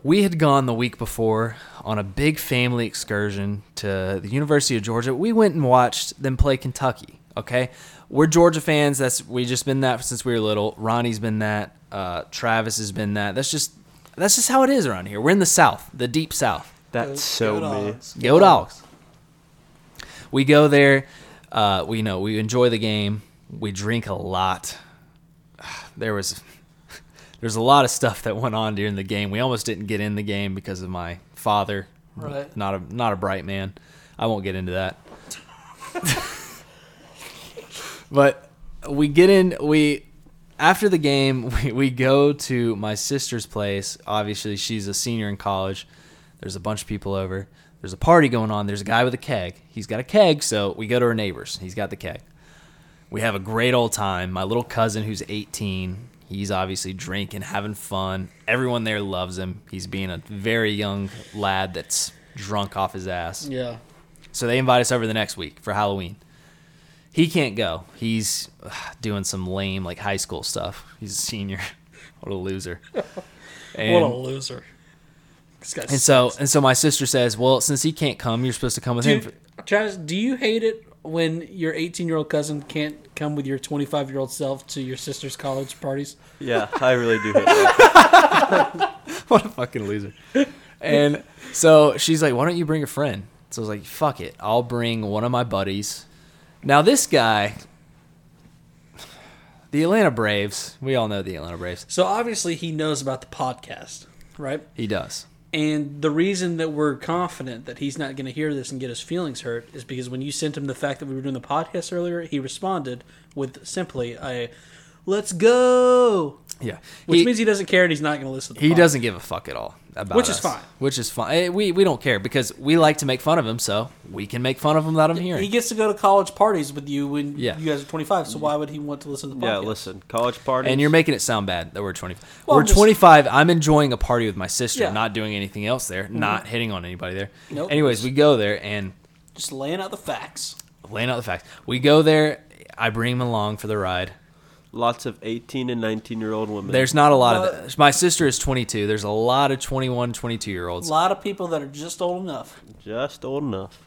Speaker 2: We had gone the week before on a big family excursion to the University of Georgia. We went and watched them play Kentucky Okay, we're Georgia fans. That's we just been that since we were little. Ronnie's been that. Uh, Travis has been that. That's just that's just how it is around here. We're in the South, the deep South.
Speaker 3: That's so me.
Speaker 2: Go dogs. We go there. Uh, we you know we enjoy the game. We drink a lot. There was there's a lot of stuff that went on during the game. We almost didn't get in the game because of my father.
Speaker 1: Right.
Speaker 2: Not a not a bright man. I won't get into that. but we get in we after the game we, we go to my sister's place obviously she's a senior in college there's a bunch of people over there's a party going on there's a guy with a keg he's got a keg so we go to our neighbors he's got the keg we have a great old time my little cousin who's 18 he's obviously drinking having fun everyone there loves him he's being a very young lad that's drunk off his ass
Speaker 1: Yeah.
Speaker 2: so they invite us over the next week for Halloween. He can't go. He's ugh, doing some lame like high school stuff. He's a senior. what a loser. And,
Speaker 1: What a loser. This guy's
Speaker 2: and so and so my sister says, "Well, since he can't come, you're supposed to come with him."
Speaker 1: Dude,
Speaker 2: for-"
Speaker 1: Travis, do you hate it when your 18 year old cousin can't come with your 25 year old self to your sister's college parties?
Speaker 3: Yeah, I really do hate that.
Speaker 2: what a fucking loser. And so she's like, "Why don't you bring a friend?" So I was like, "Fuck it, I'll bring one of my buddies." Now this guy the Atlanta Braves, we all know the Atlanta Braves.
Speaker 1: So obviously he knows about the podcast, right?
Speaker 2: He does.
Speaker 1: And the reason that we're confident that he's not going to hear this and get his feelings hurt is because when you sent him the fact that we were doing the podcast earlier, he responded with simply a "Let's go,"
Speaker 2: Yeah.
Speaker 1: which
Speaker 2: He-
Speaker 1: means he doesn't care and he's not going to listen. to the
Speaker 2: He
Speaker 1: podcast.
Speaker 2: doesn't give a fuck at all about
Speaker 1: Which is
Speaker 2: us.
Speaker 1: fine.
Speaker 2: Which is fine. Eh, We we don't care because we like to make fun of him, so we can make fun of him without him hearing.
Speaker 1: He gets to go to college parties with you when
Speaker 2: Yeah.
Speaker 1: you guys are 25. So why would he want to listen to the podcast?
Speaker 3: Yeah, listen, college party.
Speaker 2: and you're making it sound bad that we're 25.
Speaker 1: Well,
Speaker 2: we're
Speaker 1: I'm just-
Speaker 2: 25. I'm enjoying a party with my sister,
Speaker 1: Yeah. Mm-hmm.
Speaker 2: not doing anything else there, not hitting on anybody there.
Speaker 1: Nope.
Speaker 2: Anyways, we go there and
Speaker 1: Just laying out the facts.
Speaker 2: laying out the facts. We go there. I bring him along for the ride.
Speaker 3: lots of 18 and 19 year old women.
Speaker 2: There's not a lot
Speaker 1: Well-
Speaker 2: of that. My sister is 22. There's a lot of 21, 22 year olds.
Speaker 1: A lot of people that are just old enough.
Speaker 3: just old enough.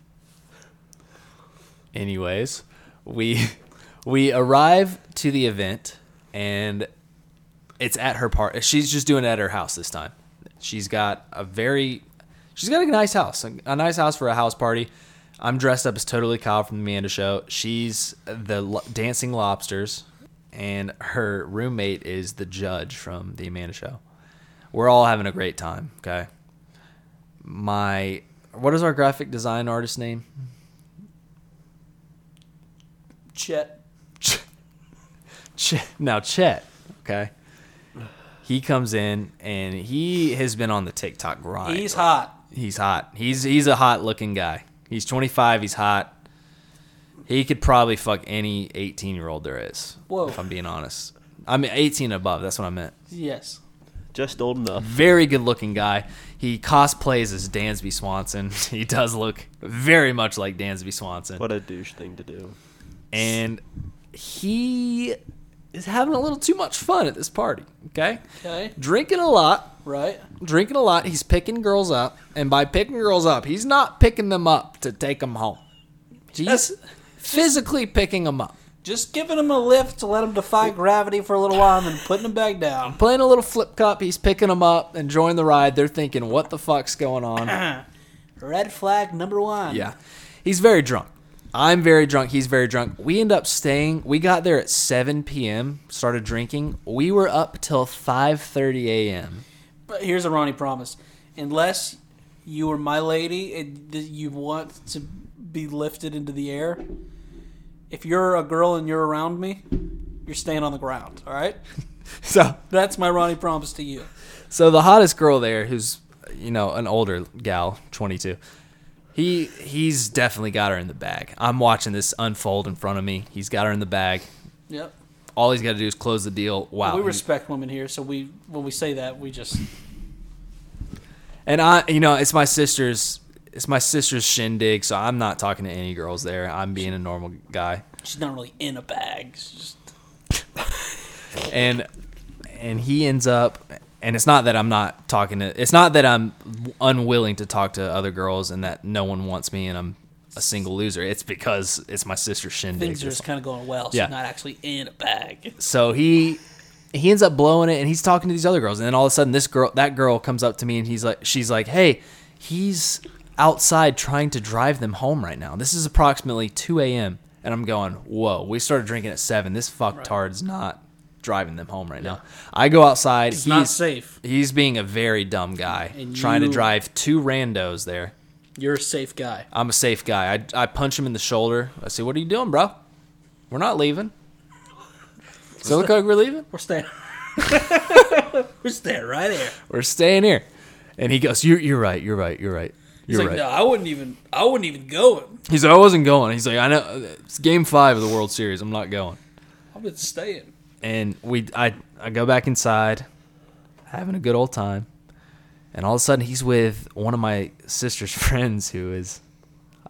Speaker 2: anyways we we arrive to the event and it's at her part she's just doing it at her house this time she's got a very she's got a nice house a, a nice house for a house party i'm dressed up as totally kyle from the amanda show she's the lo- dancing lobsters and her roommate is the judge from the amanda show we're all having a great time okay my what is our graphic design artist name
Speaker 1: Chet.
Speaker 2: Ch- Chet, now Chet, okay, he comes in and he has been on the TikTok grind.
Speaker 1: He's hot.
Speaker 2: He's hot. He's he's a hot looking guy. He's 25. He's hot. He could probably fuck any 18 year old there is.
Speaker 1: Whoa.
Speaker 2: If I'm being honest, I mean 18 above. That's what I meant.
Speaker 1: Yes.
Speaker 3: Just old enough.
Speaker 2: Very good looking guy. He cosplays as Dansby Swanson. He does look very much like Dansby Swanson.
Speaker 3: What a douche thing to do.
Speaker 2: and he is having a little too much fun at this party. Okay,
Speaker 1: Okay.
Speaker 2: drinking a lot,
Speaker 1: Right.
Speaker 2: drinking a lot. He's picking girls up, and by picking girls up, he's not picking them up to take them home. He's
Speaker 1: That's-
Speaker 2: physically picking them up,
Speaker 1: Just giving him a lift to let him defy gravity for a little while and then putting him back down.
Speaker 2: playing a little flip cup. He's picking them up, enjoying the ride. They're thinking, "What the fuck's going on?"
Speaker 1: Red flag number one.
Speaker 2: Yeah. He's very drunk. I'm very drunk. He's very drunk. We end up staying. We got there at 7 p.m. Started drinking. We were up till 5:30 a.m.
Speaker 1: But here's a Ronnie promise: unless you are my lady and th- you want to be lifted into the air, if you're a girl and you're around me, you're staying on the ground. All right.
Speaker 2: So,
Speaker 1: That's my Ronnie promise to you.
Speaker 2: so the hottest girl there, who's you know an older gal, 22. He he's definitely got her in the bag. I'm watching this unfold in front of me. He's got her in the bag.
Speaker 1: Yep.
Speaker 2: All he's got to do is close the deal. Wow.
Speaker 1: We
Speaker 2: he-
Speaker 1: respect women here, so we when we say that, we just
Speaker 2: And I, you know, it's my sister's. It's my sister's shindig, so I'm not talking to any girls there. I'm being a normal guy.
Speaker 1: she's not really in a bag. She's just
Speaker 2: and and he ends up and it's not that I'm not talking to it's not that I'm unwilling to talk to other girls and that no one wants me and I'm a single loser. It's because it's my sister's shindig.
Speaker 1: Things are
Speaker 2: or
Speaker 1: just kind of going well. So
Speaker 2: Yeah.
Speaker 1: yeah. not actually in a bag.
Speaker 2: So he he ends up blowing it, and he's talking to these other girls, and then all of a sudden, this girl, that girl, comes up to me, and he's like, she's like, "Hey, he's outside trying to drive them home right now. This is approximately 2 a.m." And I'm going, "Whoa, we started drinking at seven. This fucktard's not driving them home right now." I go outside.
Speaker 1: It's not safe.
Speaker 2: He's being a very dumb guy,
Speaker 1: And
Speaker 2: trying to
Speaker 1: you-
Speaker 2: drive two randos there.
Speaker 1: You're a safe guy.
Speaker 2: I'm a safe guy. I, I punch him in the shoulder. I say, "What are you doing, bro? We're not leaving." So look like we're leaving.
Speaker 1: We're staying. We're staying right here.
Speaker 2: We're staying here. And he goes, "You're you're right. You're right. You're right.
Speaker 1: He's
Speaker 2: You're
Speaker 1: like,
Speaker 2: right."
Speaker 1: no, I wouldn't even. I wouldn't even go.
Speaker 2: He's like, "I wasn't going." He's like, "I know it's Game Five of the World Series. I'm not going."
Speaker 1: I've been staying.
Speaker 2: And we, I, I go back inside, having a good old time. And all of a sudden, he's with one of my sister's friends, who is,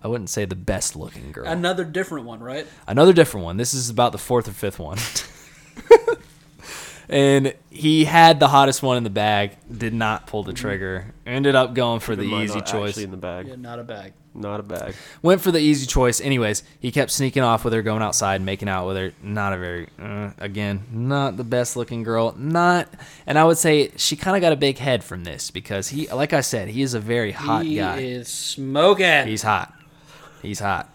Speaker 2: I wouldn't say the best looking girl.
Speaker 1: Another different one, right?
Speaker 2: another different one. This is about the fourth or fifth one. and he had the hottest one in the bag, did not pull the trigger. Ended up going for the
Speaker 3: Mine
Speaker 2: easy
Speaker 3: not
Speaker 2: choice.
Speaker 3: Actually in the bag,
Speaker 1: Yeah, not a bag.
Speaker 3: not a bag.
Speaker 2: Went for the easy choice. Anyways, he kept sneaking off with her, going outside, making out with her. Not a very, uh, again, not the best looking girl. Not, and I would say she kind of got a big head from this because he, like I said, he is a very hot
Speaker 1: he
Speaker 2: guy.
Speaker 1: is smoking.
Speaker 2: He's hot. He's hot.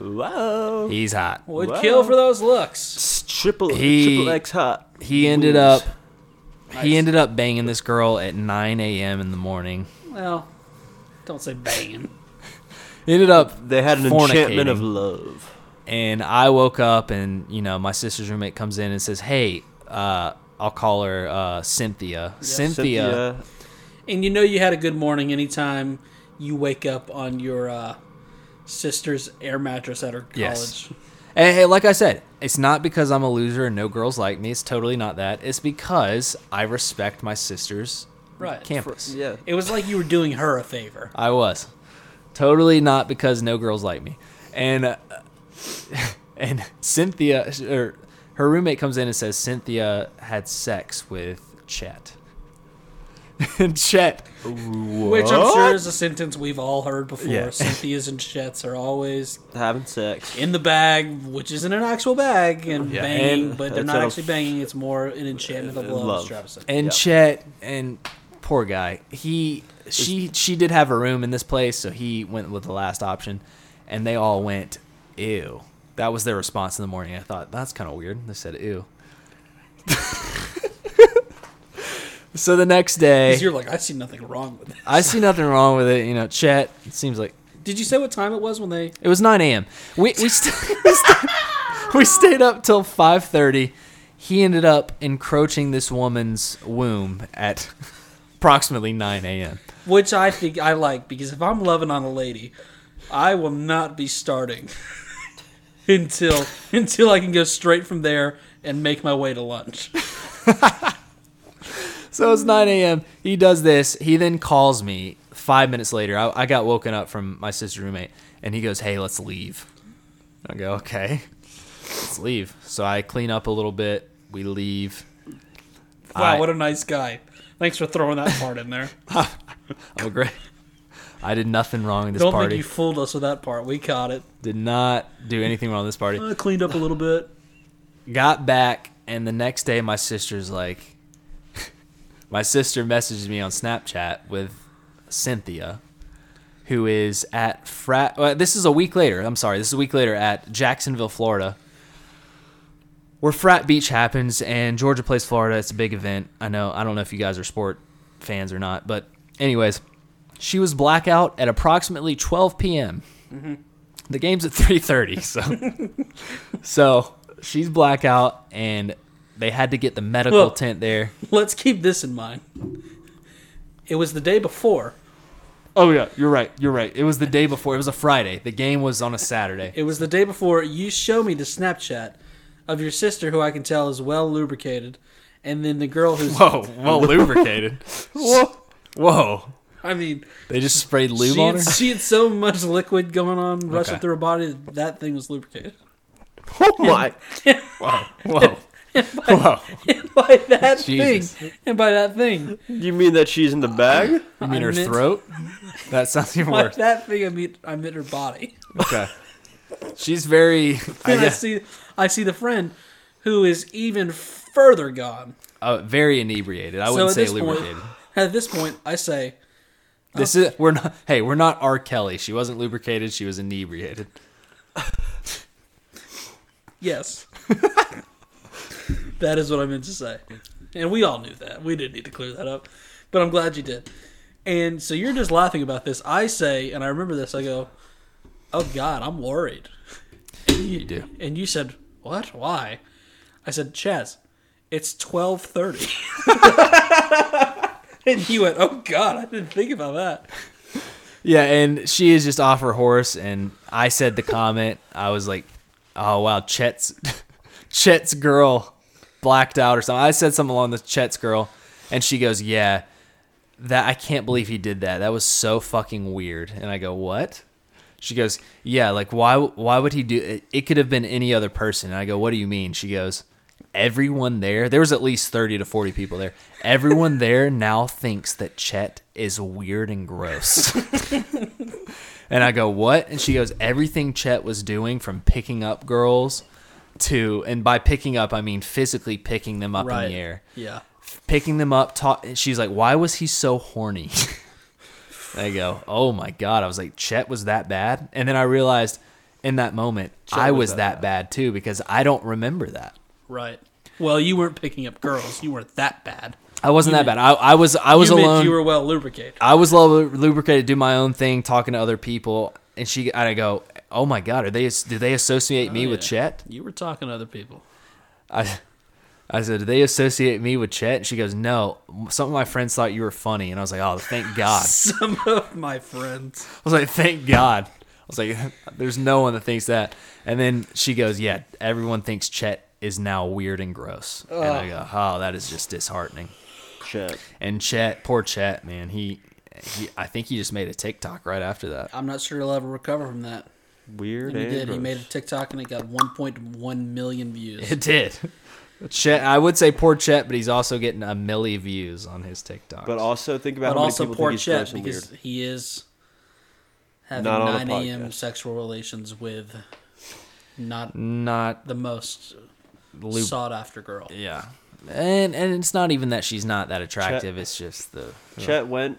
Speaker 3: Wow.
Speaker 2: He's hot.
Speaker 1: Would
Speaker 3: Wow.
Speaker 1: kill for those looks.
Speaker 3: Triple
Speaker 2: He-
Speaker 3: triple X hot.
Speaker 2: He ended
Speaker 3: Wheels.
Speaker 2: up. He ended up banging this girl at 9 a.m. in the morning.
Speaker 1: Well, don't say banging.
Speaker 2: He ended up,
Speaker 3: They had an enchantment of
Speaker 2: Fornicating.
Speaker 3: love.
Speaker 2: and I woke up, and you know, my sister's roommate comes in and says, "Hey, uh, I'll call her uh, Cynthia. Cynthia.
Speaker 1: And you know you had a good morning anytime you wake up on your uh, sister's air mattress at her college.
Speaker 2: Yes. Hey, hey, like I said, it's not because I'm a loser and no girls like me. It's totally not that. It's because I respect my sister's
Speaker 1: Right.
Speaker 2: campus.
Speaker 3: yeah.
Speaker 1: It was like you were doing her a favor.
Speaker 2: I was totally not because no girls like me, and uh, and Cynthia or her roommate comes in and says Cynthia had sex with Chet, and Chet
Speaker 1: Which I'm sure is a sentence we've all heard before.
Speaker 2: Yeah.
Speaker 1: Cynthia's and Chet's are always
Speaker 3: Having sex.
Speaker 1: in the bag, which isn't an actual bag, and banging,
Speaker 3: And
Speaker 1: but they're
Speaker 3: it's
Speaker 1: not
Speaker 3: a-
Speaker 1: actually banging. It's more an enchantment of love,
Speaker 3: Love.
Speaker 1: as Travis said.
Speaker 2: and
Speaker 3: Yeah.
Speaker 2: Chet and poor guy. He she she did have a room in this place, so he went with the last option, and they all went ew. That was their response in the morning. I thought that's kind of weird. They said ew. so the next day,
Speaker 1: 'Cause You're like, I see nothing wrong with it.
Speaker 2: I see nothing wrong with it. You know, Chet. It seems like
Speaker 1: Did you say what time it was when they?
Speaker 2: it was 9 a.m. We we, st- we, st- we stayed up till 5:30. He ended up encroaching this woman's womb at approximately 9 a.m.
Speaker 1: Which I think I like because if I'm loving on a lady, I will not be starting until until I can go straight from there and make my way to lunch.
Speaker 2: So it's 9 a.m. He does this. He then calls me five minutes later. I, I got woken up from my sister's roommate, and he goes, "Hey, let's leave." I go, "Okay, let's leave." So I clean up a little bit. We leave.
Speaker 1: Wow,
Speaker 2: I-
Speaker 1: what a nice guy! Thanks for throwing that part in there.
Speaker 2: I'm a great. I did nothing wrong at this
Speaker 1: Don't
Speaker 2: party.
Speaker 1: think you fooled us with that part. We caught it.
Speaker 2: did not do anything wrong at this party.
Speaker 1: Uh, cleaned up a little bit.
Speaker 2: got back and the next day my sister's like my sister messages me on snapchat with cynthia who is at frat well, this is a week later i'm sorry this is a week later at jacksonville florida where frat beach happens and georgia plays florida it's a big event i know i don't know if you guys are sport fans or not but anyways she was blackout at approximately 12 p.m the game's at 3.30 so so she's blackout, and they had to get the medical
Speaker 1: Look.
Speaker 2: tent there.
Speaker 1: Let's keep this in mind. It was the day before.
Speaker 2: Oh yeah, you're right. You're right. It was the day before. It was a Friday. The game was on a Saturday.
Speaker 1: It was the day before you show me the Snapchat of your sister, who I can tell is well lubricated, and then the girl who's.
Speaker 2: Whoa, well lubricated. Whoa, whoa.
Speaker 1: I mean,
Speaker 2: They just sprayed lube
Speaker 1: she
Speaker 2: on
Speaker 1: had,
Speaker 2: her.
Speaker 1: she had so much liquid going on rushing
Speaker 2: Okay. Oh,
Speaker 1: through her body that that thing was lubricated.
Speaker 3: Oh my!
Speaker 2: Whoa.
Speaker 1: And by that
Speaker 2: Jesus.
Speaker 1: thing, and by that thing,
Speaker 3: You mean that she's in the bag?
Speaker 2: You mean
Speaker 1: I
Speaker 2: her
Speaker 1: meant-
Speaker 2: throat? That sounds even
Speaker 1: by
Speaker 2: worse.
Speaker 1: that thing, I mean I meant her body.
Speaker 2: Okay. She's very. I
Speaker 1: Then I,
Speaker 2: guess,
Speaker 1: see, I see the friend who is even further gone.
Speaker 2: uh, very inebriated. I
Speaker 1: So
Speaker 2: wouldn't
Speaker 1: at
Speaker 2: say
Speaker 1: this
Speaker 2: lubricated.
Speaker 1: point, at this point, I say
Speaker 2: This is we're not. Hey, we're not R. Kelly. She wasn't lubricated. She was inebriated.
Speaker 1: yes. that is what I meant to say, and we all knew that. We didn't need to clear that up, but I'm glad you did. And so you're just laughing about this. I say, and I remember this. I go, "Oh God, I'm worried."
Speaker 2: You do.
Speaker 1: And you said, "What? Why?" I said, "Chaz, it's 12:30." and you went, "Oh God, I didn't think about that."
Speaker 2: Yeah, and she is just off her horse, and I said the comment. I was like, "Oh wow, Chet's Chet's girl blacked out or something." I said something along the Chet's girl, and she goes, "Yeah, that I can't believe he did that. That was so fucking weird." And I go, "What?" She goes, "Yeah, like why why would he do it? It could have been any other person." And I go, "What do you mean?" She goes, "Everyone there. There was at least 30 to 40 people there. Everyone there now thinks that Chet is weird and gross." and I go, "What?" And she goes, "Everything Chet was doing from picking up girls to and by picking up I mean physically picking them up in
Speaker 1: Right.
Speaker 2: the air."
Speaker 1: Yeah.
Speaker 2: picking them up. Talk, she's like, "Why was he so horny?" I go, "Oh my god!" I was like, "Chet was that bad," and then I realized in that moment I was, that, bad. too because I don't remember that.
Speaker 1: Right. Well, you weren't picking up girls. You weren't that bad.
Speaker 2: I wasn't that bad. I, I was I was
Speaker 1: you meant
Speaker 2: alone.
Speaker 1: You were well lubricated.
Speaker 2: I was lu- lubricated, do my own thing, talking to other people, and she and I go, "Oh my god, are they do they associate me with
Speaker 1: Oh, yeah.
Speaker 2: Chet?"
Speaker 1: You were talking to other people.
Speaker 2: I I said, "Do they associate me with Chet?" And she goes, "No, some of my friends thought you were funny," and I was like, "Oh, thank God."
Speaker 1: Some of my friends.
Speaker 2: I was like, thank God. I was like, there's no one that thinks that. And then she goes, yeah, everyone thinks Chet is now weird and gross. And I go, oh, that is just disheartening.
Speaker 3: Shit.
Speaker 2: And Chet, poor Chet, man, he, he I think he just made a TikTok right after that.
Speaker 1: I'm not sure he'll ever recover from that.
Speaker 3: Weird.
Speaker 1: And he
Speaker 3: and
Speaker 1: did. He
Speaker 3: gross.
Speaker 1: made a TikTok and it got 1.1 million views.
Speaker 2: It did. Chet, I would say poor Chet, but he's also getting a milli views on his TikTok.
Speaker 3: But also think about
Speaker 1: But
Speaker 3: how many
Speaker 1: also
Speaker 3: people
Speaker 1: poor
Speaker 3: think he's
Speaker 1: Chet
Speaker 3: gross and
Speaker 1: because
Speaker 3: weird.
Speaker 1: he is having
Speaker 3: Not on a
Speaker 1: 9 a.m.
Speaker 3: podcast.
Speaker 1: sexual relations with not
Speaker 2: not
Speaker 1: the most
Speaker 2: lube.
Speaker 1: sought after girl.
Speaker 2: yeah. And and it's not even that she's not that attractive. It's just the
Speaker 3: Chet went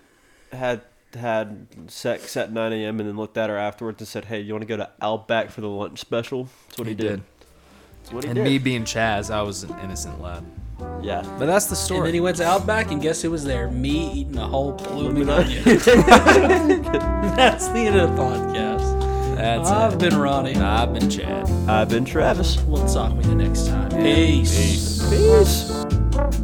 Speaker 3: had had sex at 9 a.m. and then looked at her afterwards and said, "Hey, you want to go to Outback for the lunch special?" That's what he,
Speaker 2: He
Speaker 3: did.
Speaker 2: did.
Speaker 3: That's what he
Speaker 2: And
Speaker 3: did.
Speaker 2: me being Chaz, I was an innocent lad.
Speaker 3: yeah.
Speaker 2: But that's the
Speaker 1: And
Speaker 2: story.
Speaker 1: then he went to Outback, and guess who was there? Me eating a whole blooming onion. That's the end of the podcast.
Speaker 2: that's
Speaker 1: I've been Ronnie.
Speaker 2: I've been Chad.
Speaker 3: I've been Travis.
Speaker 1: We'll talk with you next time. Peace.
Speaker 3: Peace.